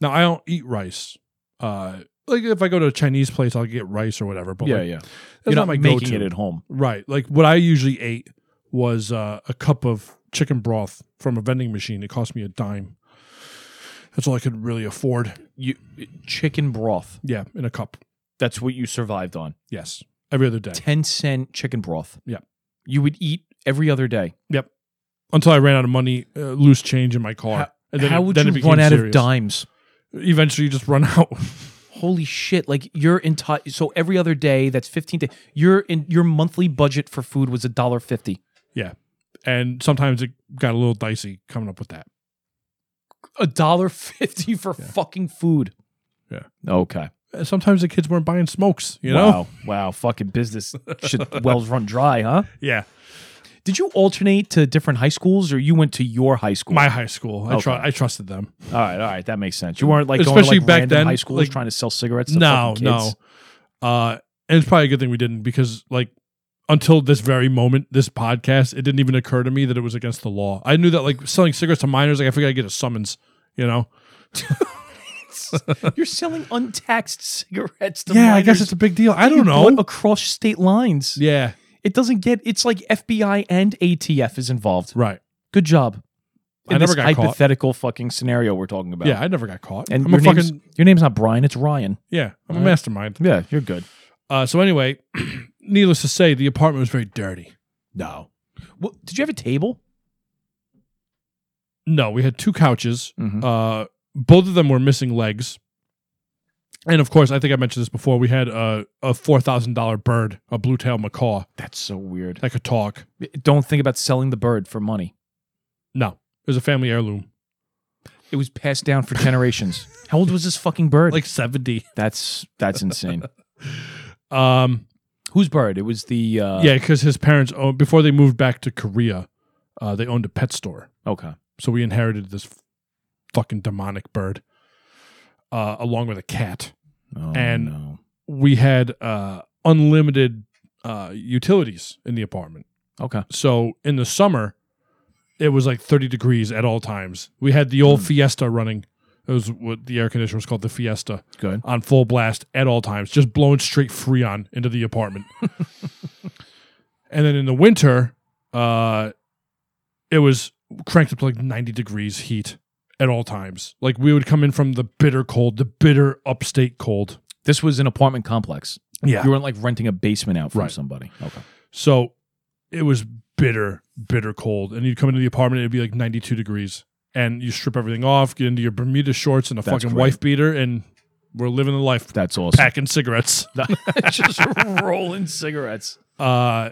S3: Now I don't eat rice. Uh, like if I go to a Chinese place, I'll get rice or whatever. But
S1: yeah,
S3: like,
S1: yeah.
S3: that's
S1: You're
S3: not,
S1: not,
S3: my
S1: making
S3: go-to.
S1: it at home.
S3: Right. Like what I usually ate was uh, a cup of chicken broth from a vending machine. It cost me a dime. That's all I could really afford.
S1: You chicken broth.
S3: Yeah, in a cup.
S1: That's what you survived on.
S3: Yes, every other day
S1: Ten cent chicken broth.
S3: Yeah.
S1: You would eat every other day.
S3: until I ran out of money, uh, loose change in my car.
S1: How-
S3: and then
S1: How
S3: it-
S1: would
S3: then it
S1: you
S3: became
S1: run out of
S3: serious.
S1: dimes?
S3: Eventually, you just run out.
S1: Holy shit! Like your entire so every other day that's fifteen days. Your in your monthly budget for food was a dollar fifty.
S3: and sometimes it got a little dicey coming up with that.
S1: A dollar fifty for fucking food.
S3: Yeah.
S1: Okay.
S3: And Uh, sometimes the kids weren't buying smokes, you know?
S1: Wow. Wow. Fucking business should wells run dry, huh?
S3: Yeah.
S1: Did you alternate to different high schools, or you went to your high school?
S3: My high school, I
S1: Okay.
S3: tru- I trusted them.
S1: all right, all right, that makes sense. You weren't like
S3: Especially
S1: going to like
S3: back
S1: random
S3: then,
S1: high schools
S3: like-
S1: trying to sell cigarettes. To
S3: No,
S1: fucking
S3: no.
S1: kids?
S3: Uh, and it's probably a good thing we didn't because, like, until this very moment, this podcast, it didn't even occur to me that it was against the law. I knew that, like, selling cigarettes to minors, like, I forgot I get a summons, you know?
S1: You're selling untaxed cigarettes. To
S3: yeah, I guess
S1: minors
S3: it's a big deal. I
S1: that you
S3: don't know.
S1: bought across state lines.
S3: yeah,
S1: It doesn't get. It's like FBI and ATF is involved.
S3: right.
S1: Good job.
S3: I
S1: In
S3: never
S1: this
S3: got caught.
S1: hypothetical fucking scenario we're talking about.
S3: Yeah, I never got caught.
S1: and
S3: I'm a
S1: your name's,
S3: fucking,
S1: your name's not Brian. It's Ryan.
S3: yeah, I'm a
S1: Alright.
S3: mastermind.
S1: Yeah, you're good.
S3: Uh, so, anyway, needless to say, the apartment was very dirty.
S1: No. What, did you have a table?
S3: No, we had two couches.
S1: Mm-hmm.
S3: Uh, both of them were missing legs. And of course, I think I mentioned this before. We had a, a four thousand dollar bird, a blue tail macaw
S1: That's so weird.
S3: that could talk.
S1: Don't think about selling the bird for money.
S3: No, it was a family heirloom,
S1: It was passed down for generations. How old was this fucking bird?
S3: like seventy.
S1: that's that's insane.
S3: Um,
S1: Whose bird? It was the uh,
S3: yeah, because his parents owned, before they moved back to Korea, uh, they owned a pet store,
S1: Okay.
S3: so we inherited this fucking demonic bird, uh, along with a cat.
S1: Oh,
S3: And-
S1: no.
S3: We had uh, unlimited uh, utilities in the apartment.
S1: okay.
S3: So in the summer, it was like 30 degrees at all times. We had the old
S1: Mm.
S3: Fiesta running. It was what the air conditioner was called the Fiesta
S1: Good.
S3: on full blast at all times, just blowing straight Freon into the apartment. and then in the winter, uh, it was cranked up to like 90 degrees heat at all times. Like we would come in from the bitter cold, the bitter upstate cold.
S1: This was an apartment complex.
S3: Yeah.
S1: You weren't like renting a basement out from
S3: Right.
S1: somebody. Okay.
S3: So it was bitter, bitter cold. And you'd come into the apartment, it'd be like 92 degrees. And you strip everything off, get into your Bermuda shorts and a
S1: That's
S3: fucking
S1: great.
S3: wife beater, and we're living the life,
S1: That's awesome.
S3: packing cigarettes.
S1: Just rolling cigarettes.
S3: Uh,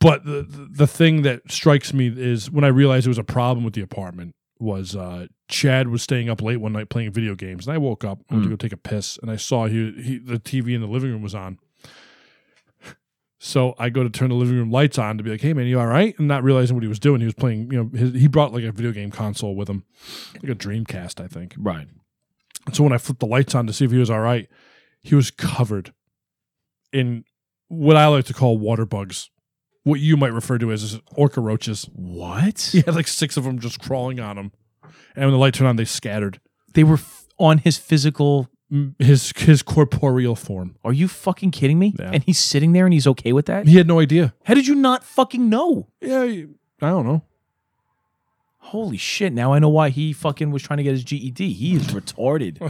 S3: but the, the the thing that strikes me is when I realized it was a problem with the apartment was uh, Chad was staying up late one night playing video games, and I woke up,
S1: Hmm.
S3: I went to go take a piss, and I saw he, he the TV in the living room was on. So I go to turn the living room lights on to be like, "Hey man, you all right?" And not realizing what he was doing, he was playing. You know, his, he brought like a video game console with him, like a Dreamcast, I think.
S1: Right.
S3: And so when I flipped the lights on to see if he was all right, he was covered in what I like to call water bugs, what you might refer to as orca roaches.
S1: What?
S3: He had like six of them just crawling on him. And when the light turned on, they scattered
S1: They were f- on his physical.
S3: Mm, his his corporeal form.
S1: Are you fucking kidding me?
S3: Yeah.
S1: And he's sitting there and he's okay with that?
S3: He had no idea.
S1: How did you not fucking know?
S3: Yeah, you- I don't know.
S1: Holy shit. Now I know why he fucking was trying to get his GED. He is retarded.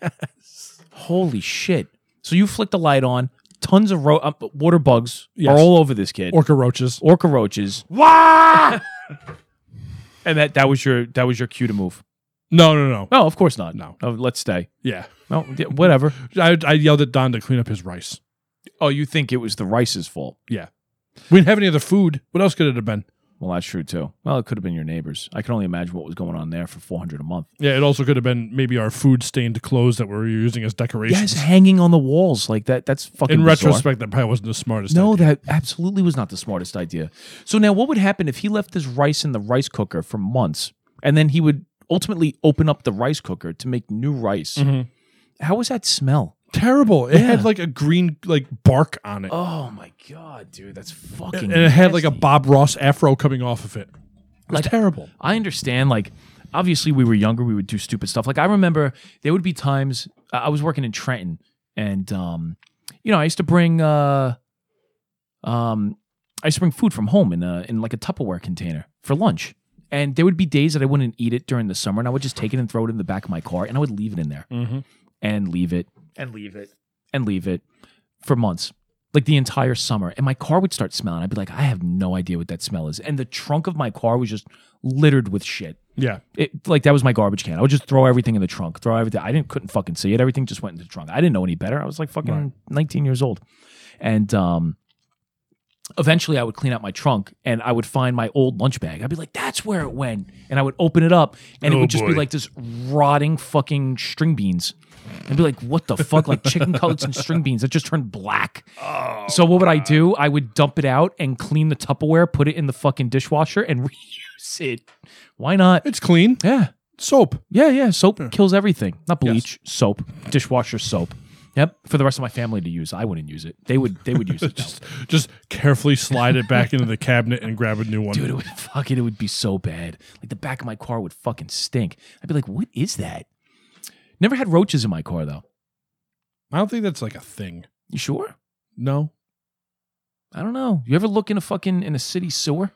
S3: yes.
S1: Holy shit. So you flick the light on. Tons of ro- uh, water bugs
S3: Yes.
S1: are all over this kid.
S3: Orca roaches.
S1: orca roaches. and that that was your that was your cue to move.
S3: No, no, no.
S1: No, of course not.
S3: No.
S1: Oh, let's stay.
S3: Yeah.
S1: No, yeah, whatever.
S3: I, I yelled at Don to clean up his rice.
S1: Oh, you think it was the rice's fault?
S3: We didn't have any other food. What else could it have been?
S1: Well, that's true too. Well, it could have been your neighbors. I can only imagine what was going on there for four hundred a month.
S3: Yeah, it also could have been maybe our food stained clothes that we were using as decorations.
S1: Yes, hanging on the walls like that. That's fucking
S3: In
S1: bizarre.
S3: retrospect, that probably wasn't the smartest.
S1: No,
S3: idea.
S1: that absolutely was not the smartest idea. So now, what would happen if he left his rice in the rice cooker for months, and then he would ultimately open up the rice cooker to make new rice, How was that smell?
S3: Terrible. It had
S1: Yeah.
S3: like a green like bark on it.
S1: Oh my god, dude, that's fucking.
S3: and it had like a
S1: nasty.
S3: Bob Ross afro coming off of it. It was
S1: Like-
S3: terrible.
S1: I understand, like, obviously we were younger, we would do stupid stuff. Like, I remember there would be times I I was working in Trenton, and um, you know, I used to bring uh, um, I used to bring food from home in a in like a Tupperware container for lunch. And there would be days that I wouldn't eat it during the summer, and I would just take it and throw it in the back of my car, and I would leave it in there
S3: Mhm.
S1: and leave it Mm-hmm. and leave it and leave it for months. Like the entire summer, and my car would start smelling. I'd be like, I have no idea what that smell is. And the trunk of my car was just littered with shit
S3: Yeah.
S1: it like that was my garbage can. I would just throw everything in the trunk, throw everything. I didn't couldn't fucking see it. Everything just went in the trunk. I didn't know any better. I was like fucking 19 years old. And um eventually I would clean out my trunk and I would find my old lunch bag. I'd be like, that's where it went. And I would open it up and it
S5: Oh,
S1: would just be
S5: boy.
S1: like this rotting fucking string beans. And be like, what the fuck? Like chicken cutlets and string beans that just turned black.
S5: Oh,
S1: so what would I do? I would dump it out and clean the Tupperware, put it in the fucking dishwasher and reuse it. Why not?
S3: It's clean.
S1: Yeah.
S3: Soap.
S1: Yeah, yeah. Soap kills everything. Not bleach, soap, dishwasher soap. Yep. For the rest of my family to use. I wouldn't use it. They would they would use it. though.
S3: Just carefully slide it back into the cabinet and grab a new one.
S1: Dude, it would fuck it, it would be so bad. Like the back of my car would fucking stink. I'd be like, what is that? Never had roaches in my car though.
S3: I don't think that's like a thing.
S1: You sure?
S3: No.
S1: I don't know. You ever look in a fucking in a city sewer?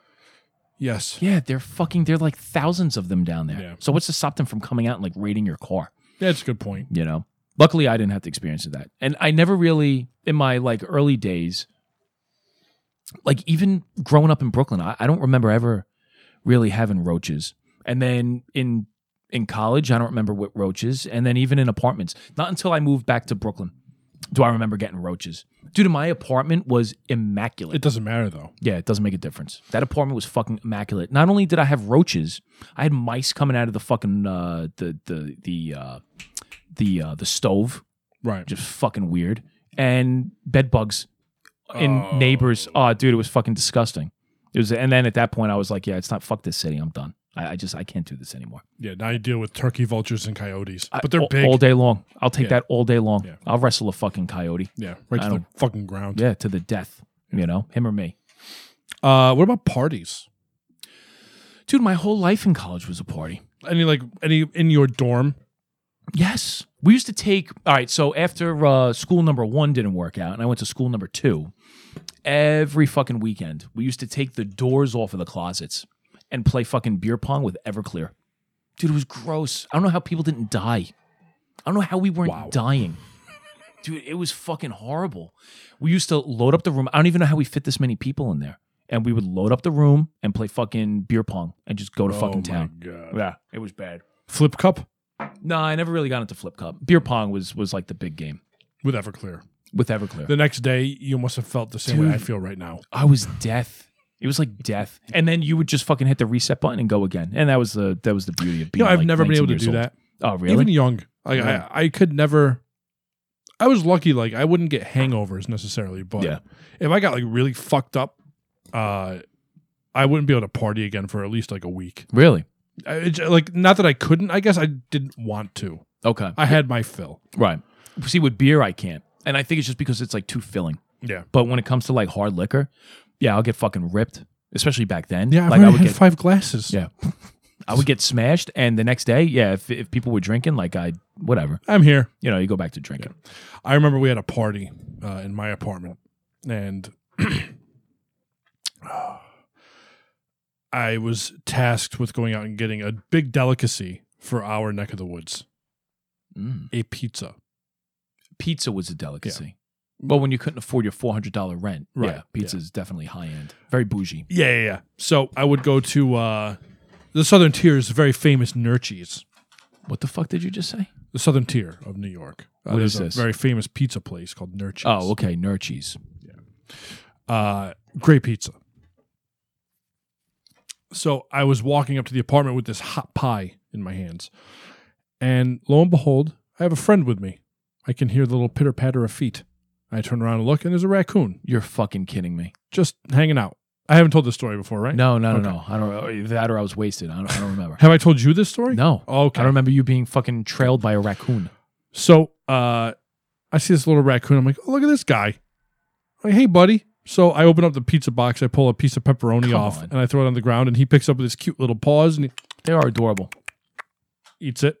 S3: Yes.
S1: Yeah, they're fucking they're like thousands of them down there.
S3: Yeah.
S1: So what's to stop them from coming out and like raiding your car?
S3: That's a good point.
S1: you know luckily i didn't have to experience that and i never really in my like early days like even growing up in brooklyn i, I don't remember ever really having roaches and then in in college i don't remember what roaches and then even in apartments not until i moved back to brooklyn do i remember getting roaches dude my apartment was immaculate
S3: It doesn't matter though.
S1: yeah, it doesn't make a difference. That apartment was fucking immaculate. Not only did I have roaches, I had mice coming out of the fucking uh, the the the uh, the uh, the stove,
S3: Right.
S1: just fucking weird, and bed bugs in
S3: Oh.
S1: neighbors. Oh, dude, it was fucking disgusting. It was, and then at that point, I was like, yeah, it's not fuck this city. I'm done. I, I just I can't do this anymore.
S3: Yeah. Now you deal with turkey vultures and coyotes,
S1: I-
S3: but they're
S1: all,
S3: big.
S1: all day long. I'll take
S3: Yeah.
S1: that all day long.
S3: Yeah.
S1: I'll wrestle a fucking coyote.
S3: yeah. Right
S1: I
S3: to the fucking ground.
S1: Yeah, to the death. You know, him or me.
S3: Uh, what about parties?
S1: Dude, my whole life in college was a party.
S3: Any like any in your dorm?
S1: Yes. We used to take, all right, so after uh, school number one didn't work out and I went to school number two, every fucking weekend, we used to take the doors off of the closets and play fucking beer pong with Everclear. Dude, it was gross. I don't know how people didn't die. I don't know how we weren't
S3: Wow.
S1: dying. Dude, it was fucking horrible. We used to load up the room. I don't even know how we fit this many people in there. And we would load up the room and play fucking beer pong and just go to fucking town. Yeah, Oh it was bad.
S3: Flip cup
S1: No, I never really got into flip cup. Beer pong was was like the big game
S3: with Everclear.
S1: with Everclear.
S3: The next day, you must have felt the same way I feel right now.
S1: I was death. It was like death, and then you would just fucking hit the reset button and go again. And that was the that was the beauty of
S3: You
S1: being.
S3: know, I've
S1: like,
S3: never been
S1: 19
S3: able to
S1: years
S3: do
S1: old.
S3: that.
S1: Oh, really?
S3: Even young, like
S1: Yeah.
S3: I, I could never. I was lucky; like I wouldn't get hangovers necessarily, but
S1: Yeah.
S3: if I got like really fucked up, uh, I wouldn't be able to party again for at least like a week.
S1: really?
S3: I, it, j- like not that I couldn't, I guess I didn't want to.
S1: Okay.
S3: I had my fill.
S1: right. See, with beer, I can't, and I think it's just because it's like too filling.
S3: Yeah,
S1: But when it comes to like hard liquor, yeah, I'll get fucking ripped, especially back then.
S3: yeah.
S1: like
S3: I
S1: I
S3: already
S1: would
S3: had
S1: get
S3: five glasses.
S1: Yeah. I would get smashed, and the next day, yeah, if if people were drinking, like I whatever,
S3: I'm here.
S1: you know, you go back to drinking.
S3: I remember we had a party uh, in my apartment, and I was tasked with going out and getting a big delicacy for our neck of the woods
S1: Mm.
S3: a pizza.
S1: pizza was a delicacy. Well, when you couldn't afford your four hundred dollar rent,
S3: Right,
S1: yeah, pizza is definitely high end, very bougie.
S3: Yeah, yeah, yeah. So I would go to uh, the Southern Tier is very famous Nurchie's,
S1: What the fuck did you just say?
S3: the Southern Tier of New York. Uh,
S1: What
S3: there's
S1: is
S3: a
S1: this?
S3: very famous pizza place called Nurchie's.
S1: Oh, okay, Nurchie's.
S3: uh, great pizza. So I was walking up to the apartment with this hot pie in my hands, and lo and behold, I have a friend with me. I can hear the little pitter patter of feet. I turn around and look, and there's a raccoon
S1: You're fucking kidding me.
S3: just hanging out. I haven't told this story before, right?
S1: No, no, no,
S3: Okay.
S1: no. I don't uh, that or I was wasted. I don't, I don't remember.
S3: Have I told you this story?
S1: No,
S3: Okay.
S1: I don't remember you being fucking trailed by a raccoon.
S3: So uh, I see this little raccoon. I'm like, oh, look at this guy. I'm like, hey, buddy. So I open up the pizza box. I pull a piece of pepperoni
S1: Come
S3: off
S1: on.
S3: and I throw it on the ground. And he picks up with his cute little paws and he
S1: They are adorable.
S3: eats it.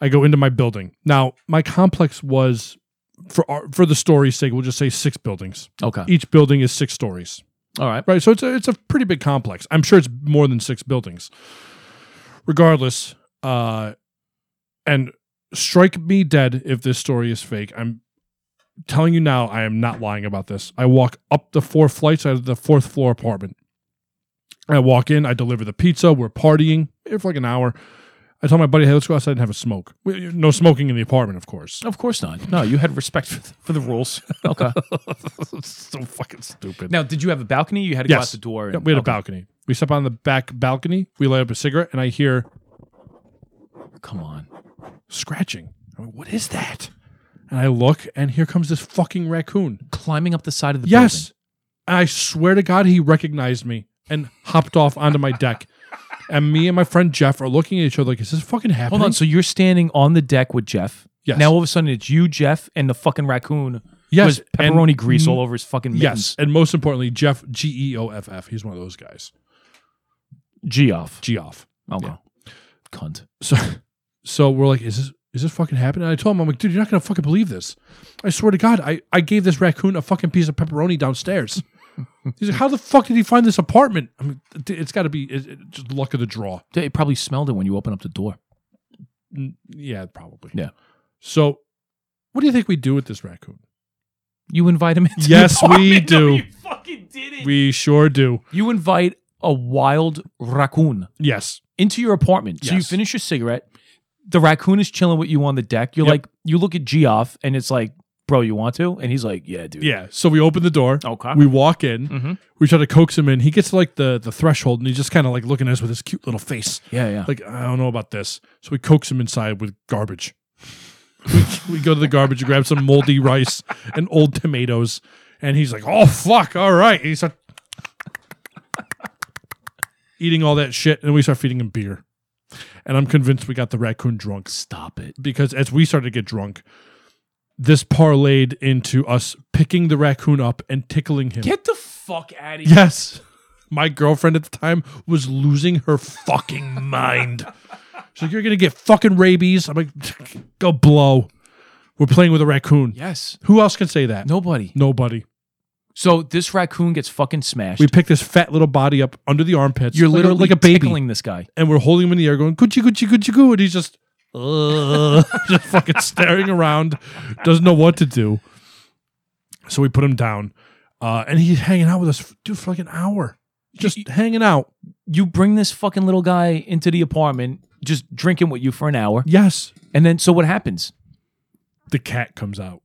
S3: I go into my building. Now, my complex was, for our, for the story's sake, we'll just say six buildings.
S1: Okay.
S3: Each building is six stories.
S1: All right.
S3: Right. So it's a, it's a pretty big complex. I'm sure it's more than six buildings. Regardless, uh, and strike me dead if this story is fake. I'm telling you now, I am not lying about this. I walk up the four flights out of the fourth floor apartment. I walk in, I deliver the pizza. We're partying here for like an hour. I tell my buddy, hey, let's go outside and have a smoke. We- No smoking in the apartment, of course.
S1: Of course not. No, you had respect for the, for the rules. Okay.
S3: so fucking stupid.
S1: now, did you have a balcony? You had to go out
S3: Yes.
S1: the door.
S3: Yeah,
S1: and-
S3: we had a
S1: okay.
S3: balcony. We step on the back balcony. We light up a cigarette, and I hear
S1: Come on.
S3: scratching. I'm like, what is that? And I look, and here comes this fucking raccoon.
S1: Climbing up the side of the
S3: Yes. And I swear to God, he recognized me and hopped off onto my deck. And me and my friend Jeff are looking at each other like, is this fucking happening?
S1: Hold on. So you're standing on the deck with Jeff.
S3: Yes.
S1: Now all of a sudden it's you, Jeff, and the fucking raccoon
S3: yes.
S1: with pepperoni
S3: and-
S1: grease all over his fucking
S3: Yes.
S1: mittens.
S3: And most importantly, Jeff, G E O F F. He's one of those guys.
S1: G off.
S3: G off.
S1: Okay.
S3: Yeah.
S1: Cunt.
S3: So, so we're like, is this is this fucking happening? And I told him, I'm like, dude, you're not gonna fucking believe this. I swear to God, I I gave this raccoon a fucking piece of pepperoni downstairs. He's like, how the fuck did he find this apartment? I mean, d- it's got to be it, it- just luck of the draw.
S1: They probably smelled it when you opened up the door.
S3: N- Yeah, probably.
S1: Yeah.
S3: So, what do you think we do with this raccoon?
S1: You invite him into
S3: Yes,
S1: the
S3: we
S1: apartment. No,
S3: do.
S1: you fucking did it.
S3: We sure do.
S1: you invite a wild raccoon
S3: Yes.
S1: into your apartment. So you
S3: Yes.
S1: finish your cigarette. The raccoon is chilling with you on the deck. You're
S3: Yep.
S1: like, you look at G off and it's like, bro, you want to? And he's like, yeah, dude.
S3: Yeah. So we open the door.
S1: Okay.
S3: We walk in.
S1: Mhm.
S3: We try to coax him in. He gets to like the the threshold, and he's just kind of like looking at us with his cute little face.
S1: yeah, yeah.
S3: like I don't know about this. So we coax him inside with garbage. we, we go to the garbage, grab some moldy rice and old tomatoes, and he's like, "Oh fuck, all right." And he start eating all that shit, and we start feeding him beer. And I'm convinced we got the raccoon drunk
S1: Stop it.
S3: because as we started to get drunk, this parlayed into us picking the raccoon up and tickling him.
S1: Get the fuck out of here.
S3: Yes. My girlfriend at the time was losing her fucking mind. She's like, You're going to get fucking rabies. I'm like, Go blow. We're playing with a raccoon.
S1: Yes.
S3: Who else can say that?
S1: Nobody.
S3: Nobody.
S1: So this raccoon gets fucking smashed.
S3: We pick this fat little body up under the armpits.
S1: You're
S3: like a-
S1: literally
S3: like a baby.
S1: tickling this guy.
S3: And we're holding him in the air going, Gucci, Gucci, Gucci, Goo. And he's just, "Ugh," just fucking staring around, doesn't know what to do. So we put him down. Uh, and he's hanging out with us, dude, for like an hour. Just hanging out.
S1: You bring this fucking little guy into the apartment, just drinking with you for an hour.
S3: Yes.
S1: And then, so what happens?
S3: the cat comes out.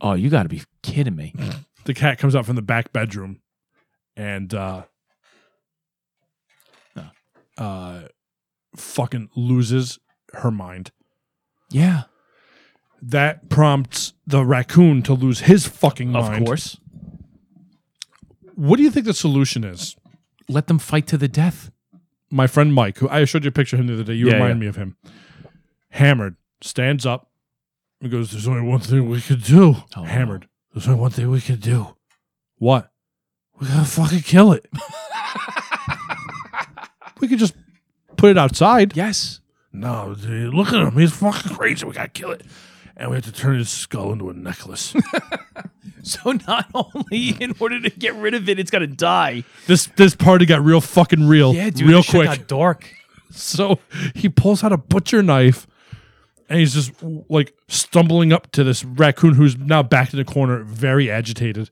S1: Oh, you got to be kidding me.
S3: The cat comes out from the back bedroom, and uh, uh, fucking loses her mind.
S1: Yeah.
S3: That prompts the raccoon to lose his fucking
S1: Of
S3: mind.
S1: course.
S3: What do you think the solution is?
S1: Let them fight to the death.
S3: My friend Mike, who I showed you a picture of him the other day, you
S1: Yeah,
S3: remind
S1: yeah.
S3: me of him. Hammered, stands up, and goes, "There's only one thing we could do."
S1: Oh, no.
S3: Hammered, there's only one thing we could do. What? We gotta fucking kill it. we could just put it outside.
S1: Yes.
S3: No, dude, look at him. He's fucking crazy. We gotta kill it. And we have to turn his skull into a necklace.
S1: So not only in order to get rid of it, it's got to die.
S3: this this party got real fucking real. real
S1: this shit
S3: quick.
S1: got dark.
S3: So he pulls out a butcher knife and he's just like stumbling up to this raccoon who's now backed in a corner, very agitated.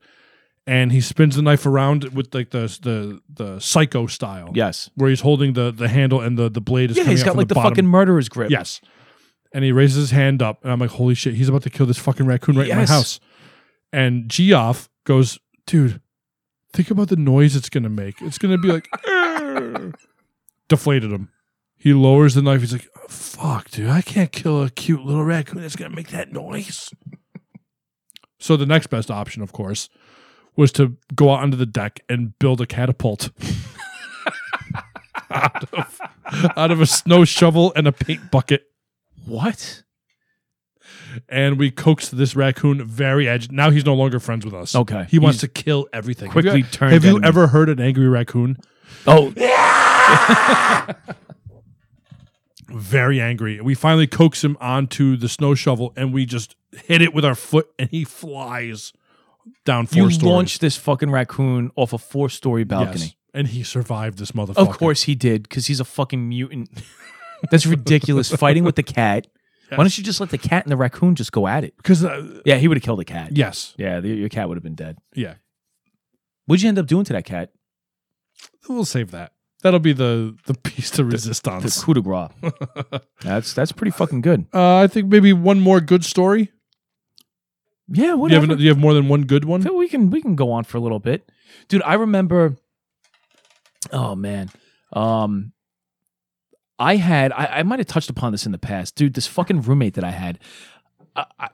S3: And he spins the knife around with like the the the psycho style.
S1: Yes.
S3: Where he's holding the the handle and the the blade is
S1: Yeah,
S3: coming
S1: he's
S3: out
S1: got
S3: from
S1: like the,
S3: bottom.
S1: fucking murderer's grip.
S3: Yes. And he raises his hand up, and I'm like, holy shit, he's about to kill this fucking raccoon right in my
S1: Yes.
S3: house. And Geoff goes, dude, think about the noise it's going to make. It's going to be like, "Arr." deflated him. He lowers the knife. He's like, "Oh, fuck, dude, I can't kill a cute little raccoon that's going to make that noise. so the next best option, of course, was to go out onto the deck and build a catapult. out, of, out of a snow shovel and a paint bucket.
S1: What?
S3: and we coaxed this raccoon very ag- now he's no longer friends with us.
S1: Okay.
S3: He wants to kill everything. Have you- e-
S1: Quickly turned
S3: Have you
S1: enemy.
S3: ever heard an angry raccoon?
S1: Oh,
S3: Very angry. We finally coax him onto the snow shovel and we just hit it with our foot and he flies down four
S1: you
S3: stories.
S1: launched this fucking raccoon off a four-story balcony.
S3: Yes. And he survived this motherfucker.
S1: Of course he did, because he's a fucking mutant. That's ridiculous. Fighting with the cat. Why don't you just let the cat and the raccoon just go at it?
S3: Because, uh,
S1: Yeah, he would have killed the cat.
S3: yes.
S1: Yeah, the, your cat would have been dead.
S3: Yeah.
S1: What'd you end up doing to that cat?
S3: We'll save that. That'll be the, the piece to resistance.
S1: The coup de grace. that's that's pretty fucking good.
S3: Uh, I think maybe one more good story.
S1: Yeah,
S3: Do you,
S1: whatever.
S3: have, an- do you have more than one good one?
S1: So we can we can go on for a little bit, dude. I remember. Oh man, um, I had I, I might have touched upon this in the past, dude. This fucking roommate that I had, I, I,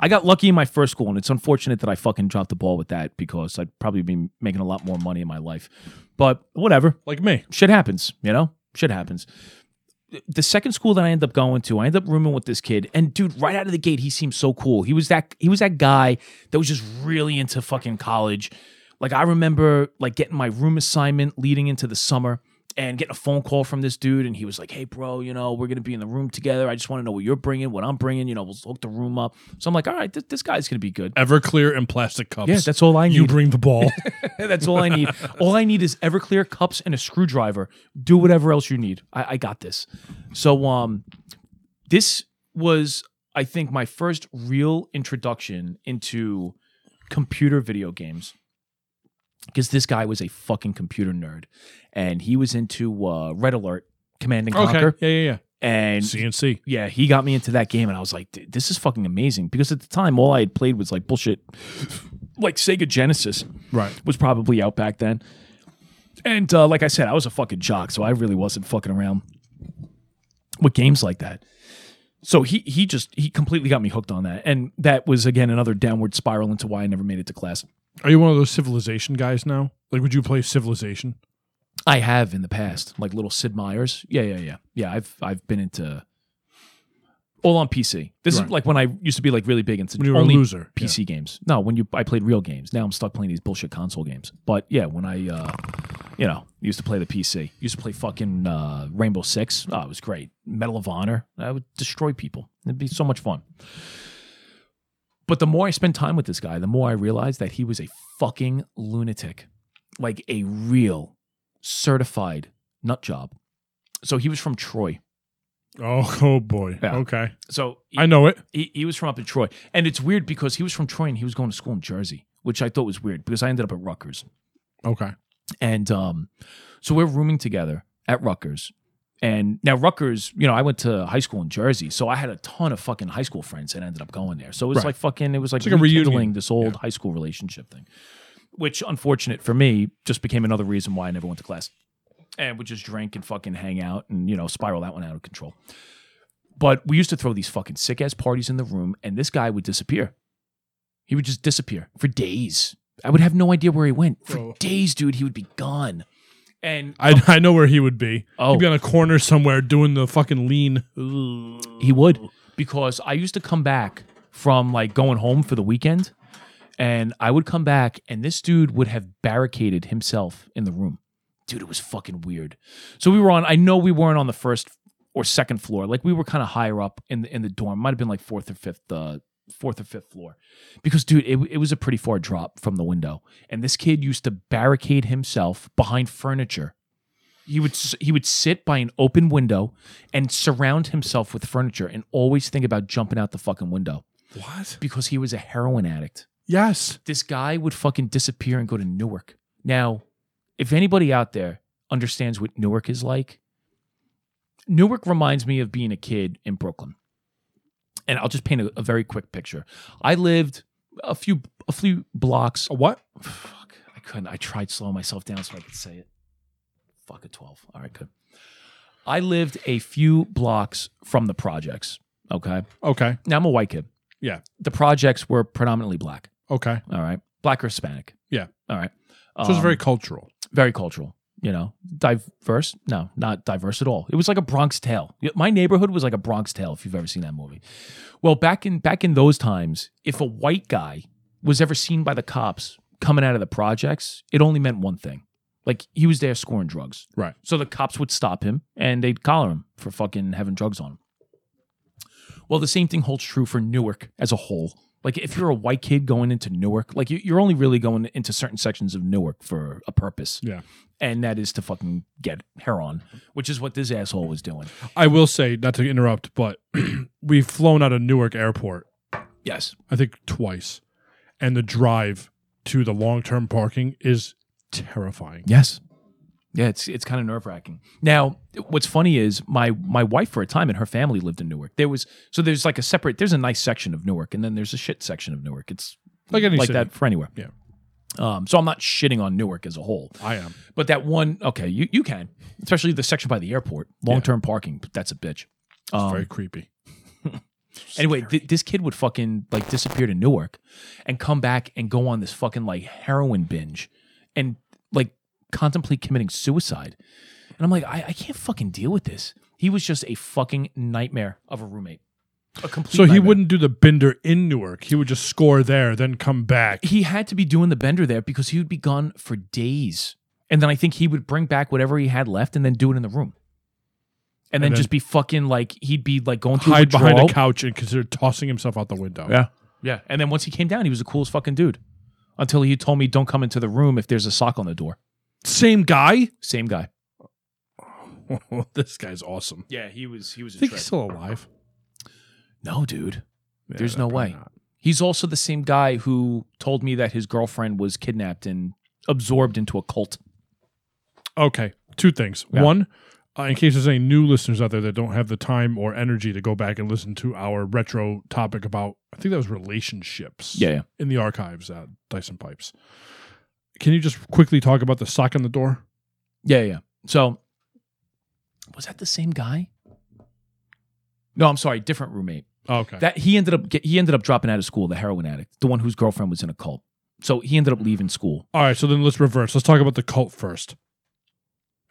S1: I got lucky in my first school, and it's unfortunate that I fucking dropped the ball with that because I'd probably be making a lot more money in my life. But whatever,
S3: Like me.
S1: shit happens, you know? Shit happens. The second school that I end up going to, I end up rooming with this kid, and dude, right out of the gate, he seemed so cool. He was that he was that guy that was just really into fucking college. Like I remember like getting my room assignment leading into the summer and getting a phone call from this dude, and he was like, "Hey, bro, you know we're gonna be in the room together. I just want to know what you're bringing, what I'm bringing. You know, we'll hook the room up." So I'm like, "All right, this, this guy's gonna be good."
S3: Everclear and plastic cups.
S1: Yeah, that's all I need.
S3: you bring the ball.
S1: That's all I need. all I need is Everclear cups and a screwdriver. Do whatever else you need. I, I got this. So um, this was I think my first real introduction into computer video games because this guy was a fucking computer nerd and he was into uh, Red Alert, Command and Conquer,
S3: Yeah, yeah, yeah.
S1: and
S3: CNC.
S1: yeah, he got me into that game, and I was like, "Dude, this is fucking amazing. Because at the time, all I had played was like bullshit, like Sega Genesis
S3: Right.
S1: was probably out back then. And uh, like I said, I was a fucking jock, so I really wasn't fucking around with games like that. So he he just he completely got me hooked on that, and that was again another downward spiral into why I never made it to class.
S3: Are you one of those civilization guys now? Like, would you play civilization?
S1: I have in the past, like little Sid Meier's. Yeah, yeah, yeah, yeah. I've I've been into all on PC. This
S3: Right.
S1: is like when I used to be like really big into
S3: When you were
S1: only
S3: a loser.
S1: PC games. No, when you I played real games. Now I'm stuck playing these bullshit console games. But yeah, when I uh you know, used to play the PC. Used to play fucking uh, Rainbow Six. Oh, it was great. Medal of Honor. I would destroy people. It'd be so much fun. But the more I spent time with this guy, the more I realized that he was a fucking lunatic, like a real certified nut job. So he was from Troy.
S3: Yeah. Oh, oh boy.
S1: Yeah.
S3: Okay.
S1: So he-
S3: I know it.
S1: he, he was from up in Troy. And it's weird because he was from Troy and he was going to school in Jersey, which I thought was weird because I ended up at Rutgers.
S3: Okay.
S1: And um, so we're rooming together at Rutgers. And now Rutgers, you know, I went to high school in Jersey, so I had a ton of fucking high school friends that ended up going there. So it was
S3: Right.
S1: like fucking, it was like,
S3: It's like a
S1: rekindling
S3: reunion.
S1: this old high school relationship thing, which unfortunate for me just became another reason why I never went to class and would just drink and fucking hang out and you know spiral that one out of control. But we used to throw these fucking sick ass parties in the room, and this guy would disappear. He would just disappear for days. I would have no idea where he went for
S3: Whoa.
S1: days, dude. He would be gone. And
S3: I, I know where he would be.
S1: oh,
S3: He'd be on a corner somewhere doing the fucking lean.
S1: he would because I used to come back from like going home for the weekend, and I would come back, and this dude would have barricaded himself in the room. Dude, it was fucking weird. So we were on. I know we weren't on the first or second floor. Like we were kind of higher up in the in the dorm. Might have been like fourth or fifth. Uh, fourth or fifth floor because dude it, it was a pretty far drop from the window and this kid used to barricade himself behind furniture he would s- he would sit by an open window and surround himself with furniture and always think about jumping out the fucking window
S3: What?
S1: because he was a heroin addict.
S3: Yes.
S1: This guy would fucking disappear and go to Newark. Now, if anybody out there understands what Newark is like, Newark reminds me of being a kid in Brooklyn. And I'll just paint a, a very quick picture. I lived a few a few blocks
S3: A what?
S1: Fuck. I couldn't. I tried slowing myself down so I could say it. Fuck a 12. All right, good. I lived a few blocks from the projects. Okay.
S3: Okay.
S1: Now I'm a white kid.
S3: Yeah.
S1: The projects were predominantly black.
S3: Okay.
S1: All right. Black or Hispanic.
S3: Yeah.
S1: All right.
S3: So it's
S1: Um,
S3: very cultural.
S1: very cultural. you know, diverse. No, not diverse at all. It was like a Bronx Tale. Y- My neighborhood was like a Bronx Tale. If you've ever seen that movie, well, back in back in those times, if a white guy was ever seen by the cops coming out of the projects, it only meant one thing: like he was there scoring drugs.
S3: Right.
S1: So the cops would stop him and they'd collar him for fucking having drugs on him. Well, the same thing holds true for Newark as a whole. Like, if you're a white kid going into Newark, like you- you're only really going into certain sections of Newark for a purpose.
S3: Yeah.
S1: And that is to fucking get heroin, which is what this asshole was doing.
S3: I will say, not to interrupt, but we've flown out of Newark Airport,
S1: Yes.
S3: I think twice, and the drive to the long term parking is terrifying.
S1: Yes. Yeah, it's it's kind of nerve wracking. Now, what's funny is my my wife for a time and her family lived in Newark. There was so there's like a separate there's a nice section of Newark and then there's a shit section of Newark. It's
S3: Like any
S1: like
S3: city.
S1: that for anywhere.
S3: Yeah.
S1: Um, so I'm not shitting on Newark as a whole.
S3: I am.
S1: But that one, okay, you, you can, especially the section by the airport, long term parking. But that's a bitch. Um,
S3: Very creepy.
S1: anyway, th- this kid would fucking like disappear to Newark, and come back and go on this fucking like heroin binge, and like contemplate committing suicide. And I'm like, I, I can't fucking deal with this. He was just a fucking nightmare of a roommate. A complete.
S3: So he
S1: nightmare.
S3: wouldn't do the bender in Newark. He would just score there, then come back.
S1: He had to be doing the bender there because he would be gone for days, and then I think he would bring back whatever he had left and then do it in the room. And then,
S3: then-
S1: just be fucking like he'd be like going through
S3: Hide behind
S1: withdrawal.
S3: a couch and consider tossing himself out the window.
S1: Yeah. Yeah. And then once he came down, he was the coolest fucking dude. Until he told me, don't come into the room if there's a sock on the door.
S3: Same guy.
S1: Same guy.
S3: this guy's awesome.
S1: Yeah, he was he was
S3: I think he's still alive.
S1: No, dude.
S3: Yeah,
S1: There's no
S3: probably
S1: way.
S3: not.
S1: He's also the same guy who told me that his girlfriend was kidnapped and absorbed into a cult.
S3: Okay. Two things.
S1: Yeah.
S3: One, uh, in case there's any new listeners out there that don't have the time or energy to go back and listen to our retro topic about, I think that was relationships.
S1: yeah.
S3: In the archives at Dyson Pipes. Can you just quickly talk about the sock on the door?
S1: Yeah, yeah. So was that the same guy? No, I'm sorry, different roommate.
S3: Okay.
S1: That he ended up get, he ended up dropping out of school, the heroin addict, the one whose girlfriend was in a cult. So he ended up leaving school.
S3: All right. So then let's reverse. Let's talk about the cult first,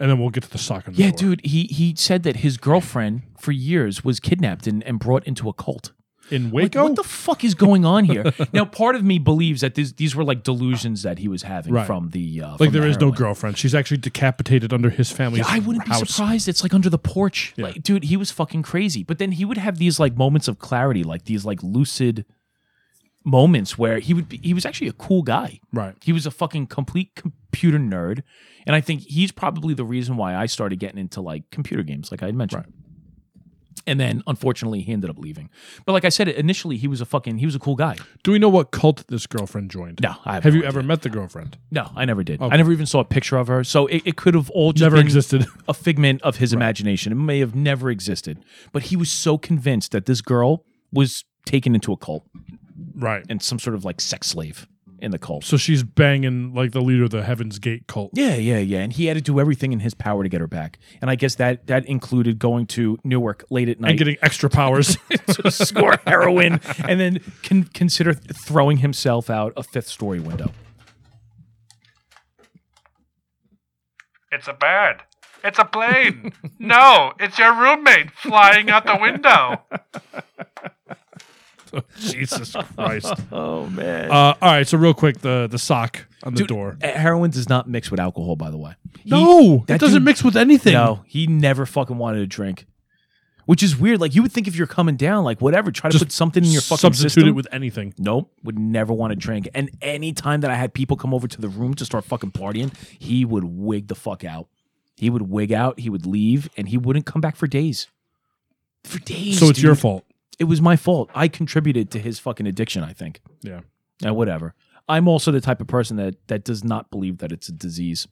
S3: and then we'll get to the sock on the
S1: Yeah,
S3: door.
S1: dude. He he said that his girlfriend for years was kidnapped and, and brought into a cult.
S3: In
S1: Like,
S3: Waco.
S1: what the fuck is going on here? now, part of me believes that these these were like delusions that he was having
S3: Right.
S1: from the uh,
S3: like
S1: from the
S3: there is no
S1: heroin.
S3: girlfriend. She's actually decapitated under his
S1: Yeah,
S3: family's
S1: I wouldn't
S3: house.
S1: be surprised. It's like under the porch.
S3: Yeah.
S1: Like, dude, he was fucking crazy. But then he would have these like moments of clarity, like these like lucid moments where he would be, he was actually a cool guy.
S3: Right.
S1: He was a fucking complete computer nerd. And I think he's probably the reason why I started getting into like computer games, like I had mentioned. And then unfortunately he ended up leaving. But like I said, initially he was a fucking he was a cool guy.
S3: Do we know what cult this girlfriend joined?
S1: No, I
S3: Have you
S1: no
S3: ever met the girlfriend?
S1: idea. No, I never did. I
S3: Okay.
S1: never even saw a picture of her. So it, it could have all just
S3: Never
S1: been
S3: existed.
S1: a figment of his imagination. It may have never existed. But he was so convinced that this girl was taken into a cult
S3: right.
S1: and some sort of like sex slave in the cult.
S3: So she's banging like the leader of the Heaven's Gate cult.
S1: Yeah, yeah, yeah. And he had to do everything in his power to get her back. And I guess that that included going to Newark late at
S3: And
S1: night
S3: getting extra powers.
S1: to score heroin and then con- consider throwing himself out a fifth story window.
S7: It's a bird. It's a plane. no, it's your roommate flying out the window.
S3: Jesus Christ.
S1: Oh
S3: Uh,
S1: man.
S3: all right. So real quick, the the sock on the
S1: Dude,
S3: door.
S1: eh, Heroin does not mix with alcohol, by the way. He-
S3: no,
S1: that
S3: that doesn't
S1: dude-
S3: mix with anything.
S1: No, he never fucking wanted to drink. Which is weird. Like you would think if you're coming down, like whatever, try to
S3: Just
S1: put something in your fucking
S3: Substitute
S1: system.
S3: it with anything.
S1: Nope, would never want to drink. And any time that I had people come over to the room to start fucking partying, he would wig the fuck out. He would wig out, he would leave, and he wouldn't come back for days. For days.
S3: So it's your
S1: dude.
S3: fault.
S1: It was my fault. I contributed to his fucking addiction, I think.
S3: Yeah.
S1: Now, whatever. I'm also the type of person that that does not believe that it's a disease.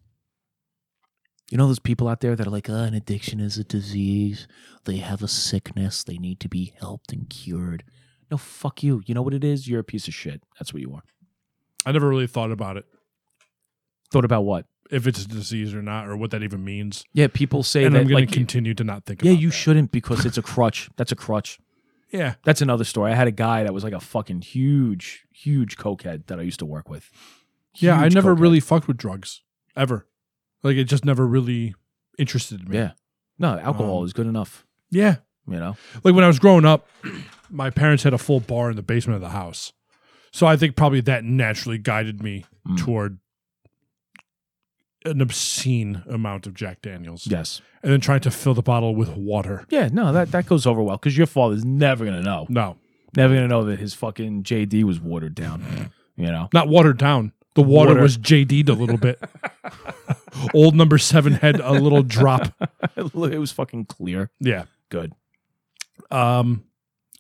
S1: You know those people out there that are like, oh, an addiction is a disease. They have a sickness. They need to be helped and cured. No, fuck you. You know what it is? You're a piece of shit. That's what you are.
S3: I never really thought about it,
S1: Thought about what?
S3: if it's a disease or not, or what that even means.
S1: Yeah, people say
S3: and
S1: that
S3: I'm going
S1: like
S3: to continue to not think
S1: yeah,
S3: about
S1: you
S3: that.
S1: shouldn't because it's a crutch. That's a crutch.
S3: Yeah.
S1: That's another story. I had a guy that was like a fucking huge, huge cokehead that I used to work with.
S3: Yeah. I
S1: Huge
S3: never
S1: cokehead.
S3: really fucked with drugs ever. Like it just never really interested me.
S1: Yeah. No, alcohol
S3: Um,
S1: is good enough.
S3: Yeah.
S1: You know,
S3: Like when I was growing up, my parents had a full bar in the basement of the house. So I think probably that naturally guided me
S1: Mm.
S3: toward an obscene amount of Jack Daniels.
S1: yes,
S3: And then trying to fill the bottle with water.
S1: yeah, no, that that goes over well because your father's never gonna know,
S3: No.
S1: never gonna know that his fucking JD was watered down. You know,
S3: Not watered down. The water,
S1: Water.
S3: was JD'd a little bit. Old number seven had a little drop.
S1: it was fucking clear.
S3: Yeah.
S1: Good.
S3: Um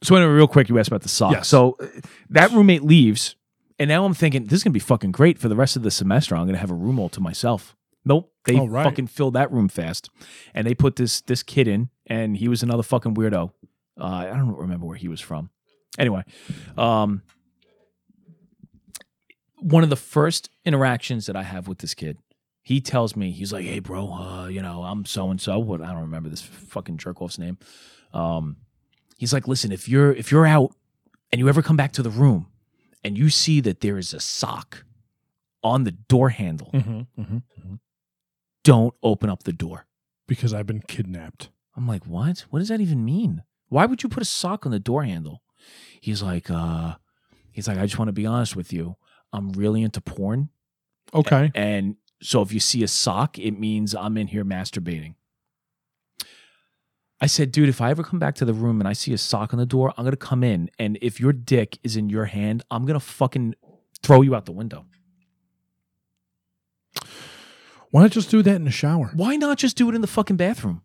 S1: So anyway, real quick, you asked about the sock.
S3: Yes.
S1: So uh, that roommate leaves, and now I'm thinking this is gonna be fucking great for the rest of the semester. I'm gonna have a room all to myself. Nope, they
S3: All right.
S1: fucking filled that room fast, and they put this this kid in, and he was another fucking weirdo. Uh, I don't remember where he was from. Anyway, um, one of the first interactions that I have with this kid, he tells me he's like, "Hey, bro, uh, you know, I'm so and so. What I don't remember this fucking jerk off's name." Um, he's like, listen, if you're if you're out and you ever come back to the room and you see that there is a sock on the door handle,
S3: Mm.
S1: don't open up the door.
S3: because I've been kidnapped.
S1: I'm like, what? What does that even mean? Why would you put a sock on the door handle? He's like, uh, he's like, I just want to be honest with you. I'm really into porn.
S3: Okay.
S1: And so if you see a sock, it means I'm in here masturbating. I said, dude, if I ever come back to the room and I see a sock on the door, I'm going to come in. And if your dick is in your hand, I'm going to fucking throw you out the window.
S3: Why not just do that in the shower?
S1: Why not just do it in the fucking bathroom?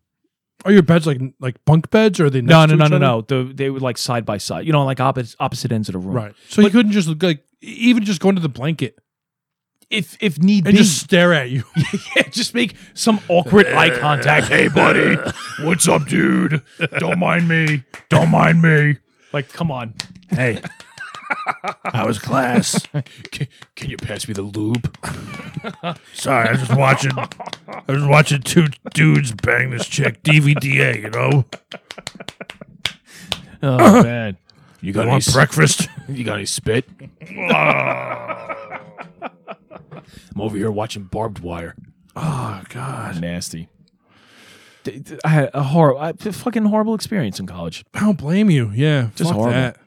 S3: Are your beds like like bunk beds or are they next
S1: No, no,
S3: to
S1: no,
S3: each
S1: no,
S3: other?
S1: no. The, they were like side by side, you know, like opposite, opposite ends of the room.
S3: Right. So you couldn't just like e, even just go into the blanket
S1: If, if need
S3: and
S1: be,
S3: just stare at you.
S1: yeah, just make some awkward eye contact. Hey, buddy.
S5: What's up, dude? Don't mind me. Don't mind me.
S1: Like, come on.
S5: Hey, I was class?
S1: Can, can you pass me the lube?
S5: Sorry, I was just watching. I was watching two dudes bang this chick. DVDA, you know.
S1: Oh, man.
S5: You got want breakfast?
S1: You got any spit? I'm over here watching barbed wire.
S5: Oh God!
S1: Nasty. D- d- I had a horrible, I, a fucking horrible experience in college.
S3: I don't blame you. Yeah.
S1: Just
S3: fuck
S1: horrible.
S3: that.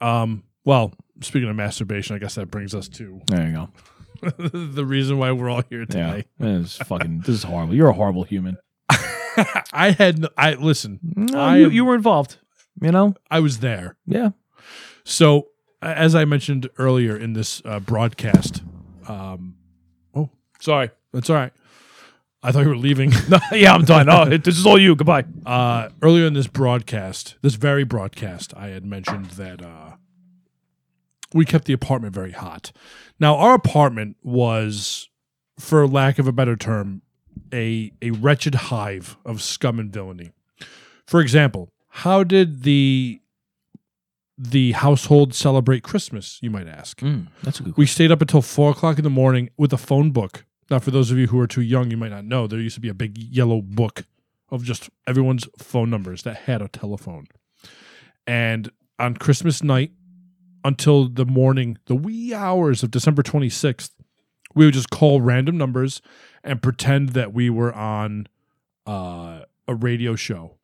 S3: Um. Well, speaking of masturbation, I guess that brings us to
S1: There you go.
S3: the reason why we're all here
S1: Yeah,
S3: today.
S1: this is fucking. This is horrible. You're a horrible human.
S3: I had no, I listen. I
S1: you,
S3: am-
S1: you were involved. You know.
S3: I was there.
S1: Yeah.
S3: So a- as I mentioned earlier in this uh, broadcast, um, oh sorry, that's all right. I thought you were leaving.
S1: yeah, I'm done. Oh, this is all you. Goodbye.
S3: uh, earlier in this broadcast, this very broadcast, I had mentioned that uh, we kept the apartment very hot. Now, our apartment was, for lack of a better term, a a wretched hive of scum and villainy. For example, how did the the household celebrate Christmas? You might ask.
S1: Mm, that's a good.
S3: We stayed up until four o'clock in the morning with a phone book. Now, for those of you who are too young, you might not know, there used to be a big yellow book of just everyone's phone numbers that had a telephone. And on Christmas night until the morning, the wee hours of December 26th, we would just call random numbers and pretend that we were on uh, a radio show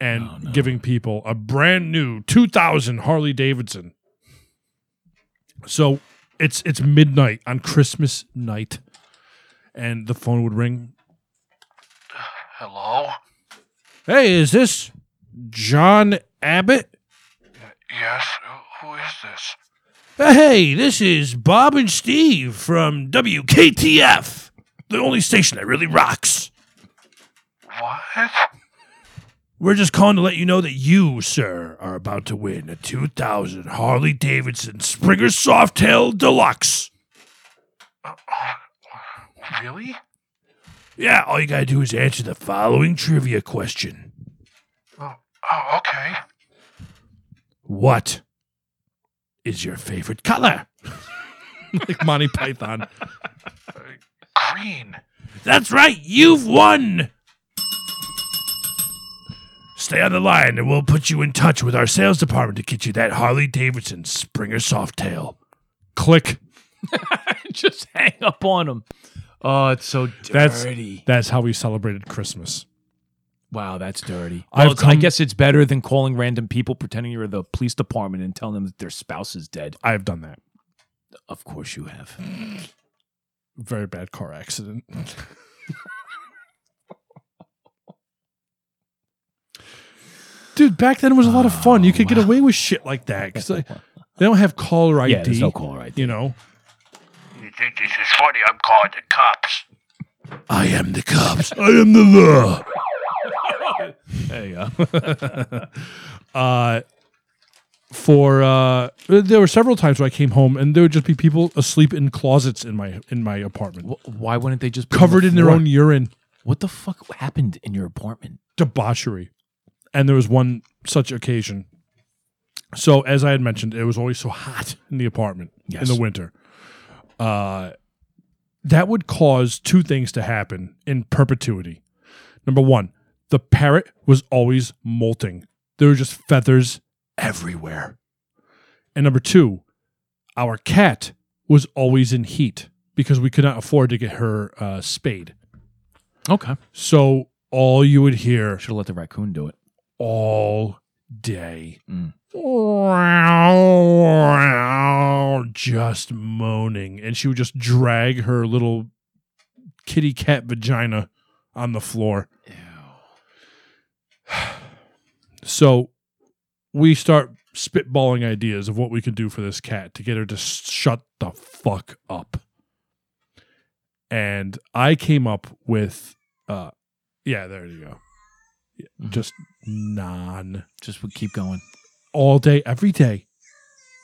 S3: and
S1: Oh, no.
S3: giving people a brand new 2000 Harley Davidson. So it's it's midnight on Christmas night, and the phone would ring.
S2: Hello?
S3: Hey, is this John Abbott?
S2: Yes, who- who is this?
S5: Uh, Hey, this is Bob and Steve from WKTF, the only station that really rocks.
S2: What?
S5: We're just calling to let you know that you, sir, are about to win a 2000 Harley Davidson Springer Softail Deluxe.
S2: Really?
S5: Yeah, all you gotta do is answer the following trivia question
S2: Oh, okay.
S5: What is your favorite color?
S3: Like Monty Python.
S2: Green.
S5: That's right, you've won! Stay on the line and we'll put you in touch with our sales department to get you that Harley Davidson Springer Softail.
S3: Click.
S1: Just hang up on him. Uh,
S8: Oh, it's so
S3: That's-
S8: dirty.
S3: That's how we celebrated Christmas.
S1: Wow, that's dirty.
S3: I've
S1: Well, it's- I
S3: come-
S1: guess it's better than calling random people pretending you're the police department and telling them that their spouse is dead.
S3: I've done that.
S1: Of course you have.
S3: Very bad car accident. Dude, back then it was a lot of fun. You could get away with shit like that because they don't have caller ID.
S1: Oh, Yeah, there's no caller ID.
S3: You know,
S2: You think this is funny? I'm calling the cops.
S5: I am the cops. I am the law.
S1: There you go.
S3: uh, for uh, there were several times where I came home and there would just be people asleep in closets in my in my apartment,
S1: Wh- Why wouldn't they just put them on
S3: covered
S1: the
S3: in their
S1: floor?
S3: own urine.
S1: What the fuck happened in your apartment?
S3: debauchery. And there was one such occasion. So, as I had mentioned, it was always so hot in the apartment
S1: Yes.
S3: in the winter. Uh, that would cause two things to happen in perpetuity. Number one, the parrot was always molting, there were just feathers everywhere. And number two, our cat was always in heat because we could not afford to get her uh, spayed.
S1: Okay,
S3: So, all you would hear
S1: should have let the raccoon do it.
S3: all day.
S1: Mm.
S3: Just moaning. And she would just drag her little kitty cat vagina on the floor. So we start spitballing ideas of what we can do for this cat to get her to s- shut the fuck up. And I came up with, uh, yeah, there you go. Yeah,
S1: Mhm.
S3: Just non
S1: Just would keep going,
S3: all day, every day,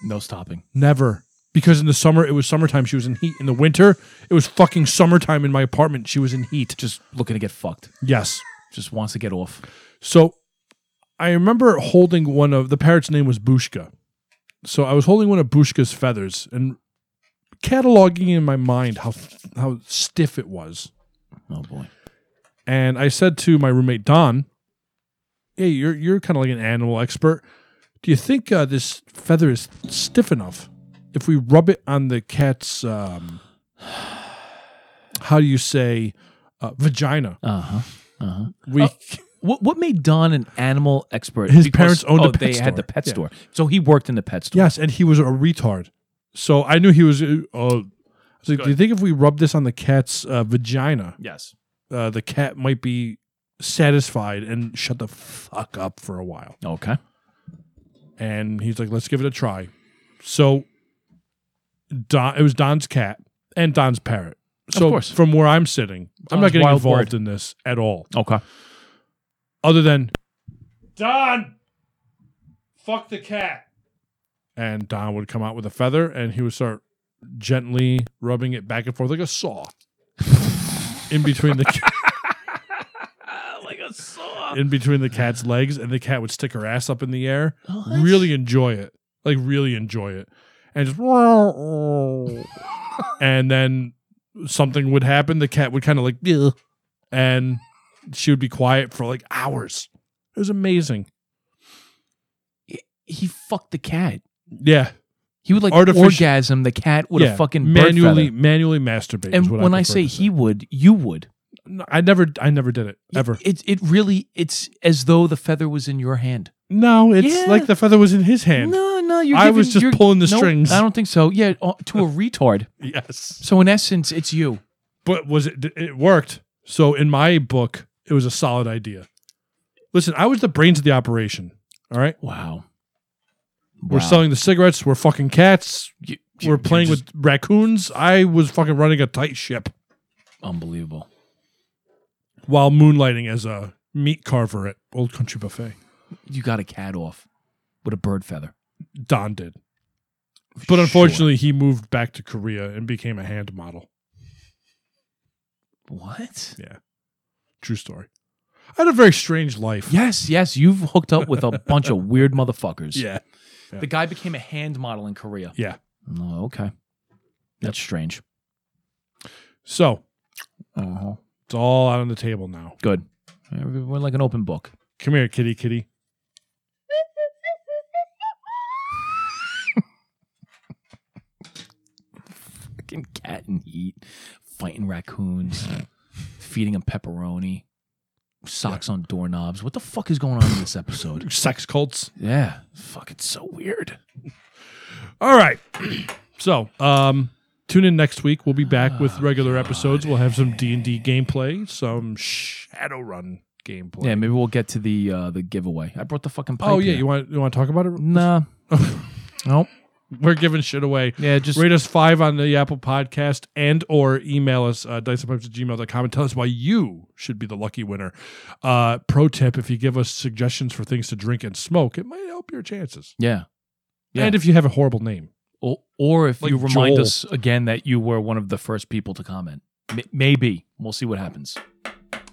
S1: no stopping.
S3: never. Because in the summer it was summertime, she was in heat. In the winter, it was fucking summertime in my apartment. She was in heat.
S1: Just looking to get fucked.
S3: Yes.
S1: Just wants to get off.
S3: So I remember holding one of the parrot's name was Bushka. So I was holding one of Bushka's feathers and cataloging in my mind how how stiff it was.
S1: Oh boy.
S3: And I said to my roommate Don, "Hey, you're you're kind of like an animal expert. Do you think uh, this feather is stiff enough if we rub it on the cat's um, how do you say uh, vagina?
S1: Uh huh. Uh huh.
S3: We
S1: Uh, What what made Don an animal expert?
S3: His parents owned a
S1: oh, they
S3: pet
S1: had the
S3: store.
S1: pet
S3: Yeah.
S1: store, so he worked in the pet store.
S3: yes, and he was a retard, so I knew he was. Uh, uh, I was like, do you think if we rub this on the cat's uh, vagina,
S1: Yes.
S3: uh, the cat might be satisfied and shut the fuck up for a while?"
S1: Okay.
S3: and he's like, "Let's give it a try." So, Don, it was Don's cat and Don's parrot. So,
S1: course.
S3: from where I'm sitting, I'm not
S1: Don's
S3: getting
S1: wild
S3: involved
S1: bird.
S3: in this at all,
S1: Okay.
S3: other than Don, fuck the cat. And Don would come out with a feather, and he would start gently rubbing it back and forth like a saw in between the ca-
S1: like a saw.
S3: in between the cat's legs, and the cat would stick her ass up in the air.
S1: Oh,
S3: really enjoy it. Like really enjoy it. And just and then something would happen. The cat would kind of like "Ugh," and she would be quiet for like hours. It was amazing.
S1: He fucked the cat.
S3: Yeah.
S1: He would like
S3: Artificial-
S1: orgasm the cat with
S3: yeah.
S1: a fucking bird
S3: manually
S1: feather.
S3: manually masturbate. is
S1: And
S3: what
S1: when I,
S3: prefer
S1: say
S3: to
S1: he would, you would.
S3: No, I never I never did it ever.
S1: It it really it's as though the feather was in your hand.
S3: No, it's
S1: Yeah.
S3: like the feather was in his hand.
S1: No, no, you're.
S3: I was
S1: giving-
S3: just
S1: you're-
S3: pulling the
S1: no,
S3: strings.
S1: I don't think so. Yeah, uh, to a retard.
S3: Yes,
S1: So in essence, it's you.
S3: but was it? It worked. So in my book, it was a solid idea. Listen, I was the brains of the operation. All right.
S1: Wow.
S3: We're selling the cigarettes. We're fucking cats. we're playing with raccoons. I was fucking running a tight ship
S1: unbelievable.
S3: while moonlighting as a meat carver at Old Country Buffet.
S1: You got a cat off with a bird feather.
S3: Don did. But unfortunately, he moved back to Korea and became a hand model.
S1: Sure. what?
S3: True story. I had a very strange life.
S1: Yes, yes, you've hooked up with a bunch of weird motherfuckers.
S3: Yeah.
S1: The guy became a hand model in Korea.
S3: Yeah.
S1: Oh, okay. That's strange.
S3: So
S1: Uh-huh.
S3: it's all out on the table now.
S1: Good. We're like an open book.
S3: Come here, kitty, kitty.
S1: Fucking cat and heat. fighting raccoons, feeding them pepperoni, socks on doorknobs. What the fuck is going on in this episode?
S3: Sex cults.
S1: Yeah, fuck, it's so weird.
S3: All right. So, um, tune in next week. We'll be back
S1: Oh,
S3: with regular episodes. We'll have some D and D gameplay, some Shadowrun gameplay.
S1: Yeah, maybe we'll get to the uh, the giveaway. I brought the fucking pipe.
S3: oh yeah,
S1: here.
S3: you want you want to talk about it?
S1: nah, nope.
S3: We're giving shit away.
S1: Yeah, just
S3: Rate us five on the Apple Podcast and or email us uh, diceandpipes at gmail.com and tell us why you should be the lucky winner. Uh, pro tip, if you give us suggestions for things to drink and smoke, it might help your chances.
S1: yeah. Yeah.
S3: And if you have a horrible name.
S1: Or, or if
S3: Like
S1: you remind
S3: Joel.
S1: us again that you were one of the first people to comment. M- maybe we'll see what happens.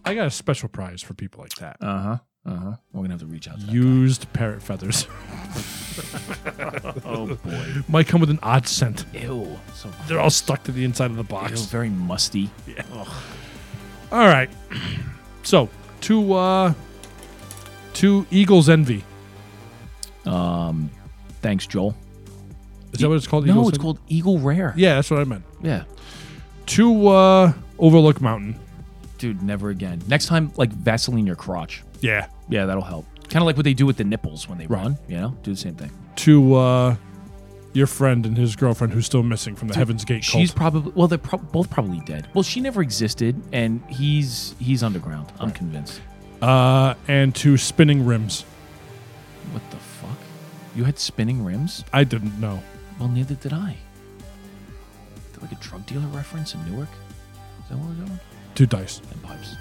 S3: I got a special prize for people like that.
S1: Uh huh. Uh huh. We're gonna have to reach out. To that
S3: Used parrot feathers.
S1: guy. Oh boy.
S3: might come with an odd scent.
S1: Ew. So
S3: They're all stuck to the inside of the
S1: ew,
S3: box.
S1: very musty.
S3: All right. So, to uh to Eagles Envy.
S1: Um, thanks, Joel.
S3: Is that what it's called?
S1: E- No,
S3: Eagles
S1: it's
S3: Envy?
S1: called Eagle Rare.
S3: Yeah, that's what I meant.
S1: yeah.
S3: To uh Overlook Mountain.
S1: Dude, never again. Next time, like Vaseline your crotch.
S3: Yeah.
S1: Yeah, that'll help. Kind of like what they do with the nipples when they run. You know, do the same thing.
S3: to uh, your friend and his girlfriend who's still missing from the Heaven's Gate cult.
S1: She's probably well. They're prob both probably dead. Well, she never existed, and he's he's underground. I'm convinced.
S3: uh, and to Spinning Rims.
S1: What the fuck? You had spinning rims?
S3: I didn't know.
S1: Well, neither did I. Is that like a drug dealer reference in Newark? Is that where we're going?
S3: Two dice.
S1: And pipes.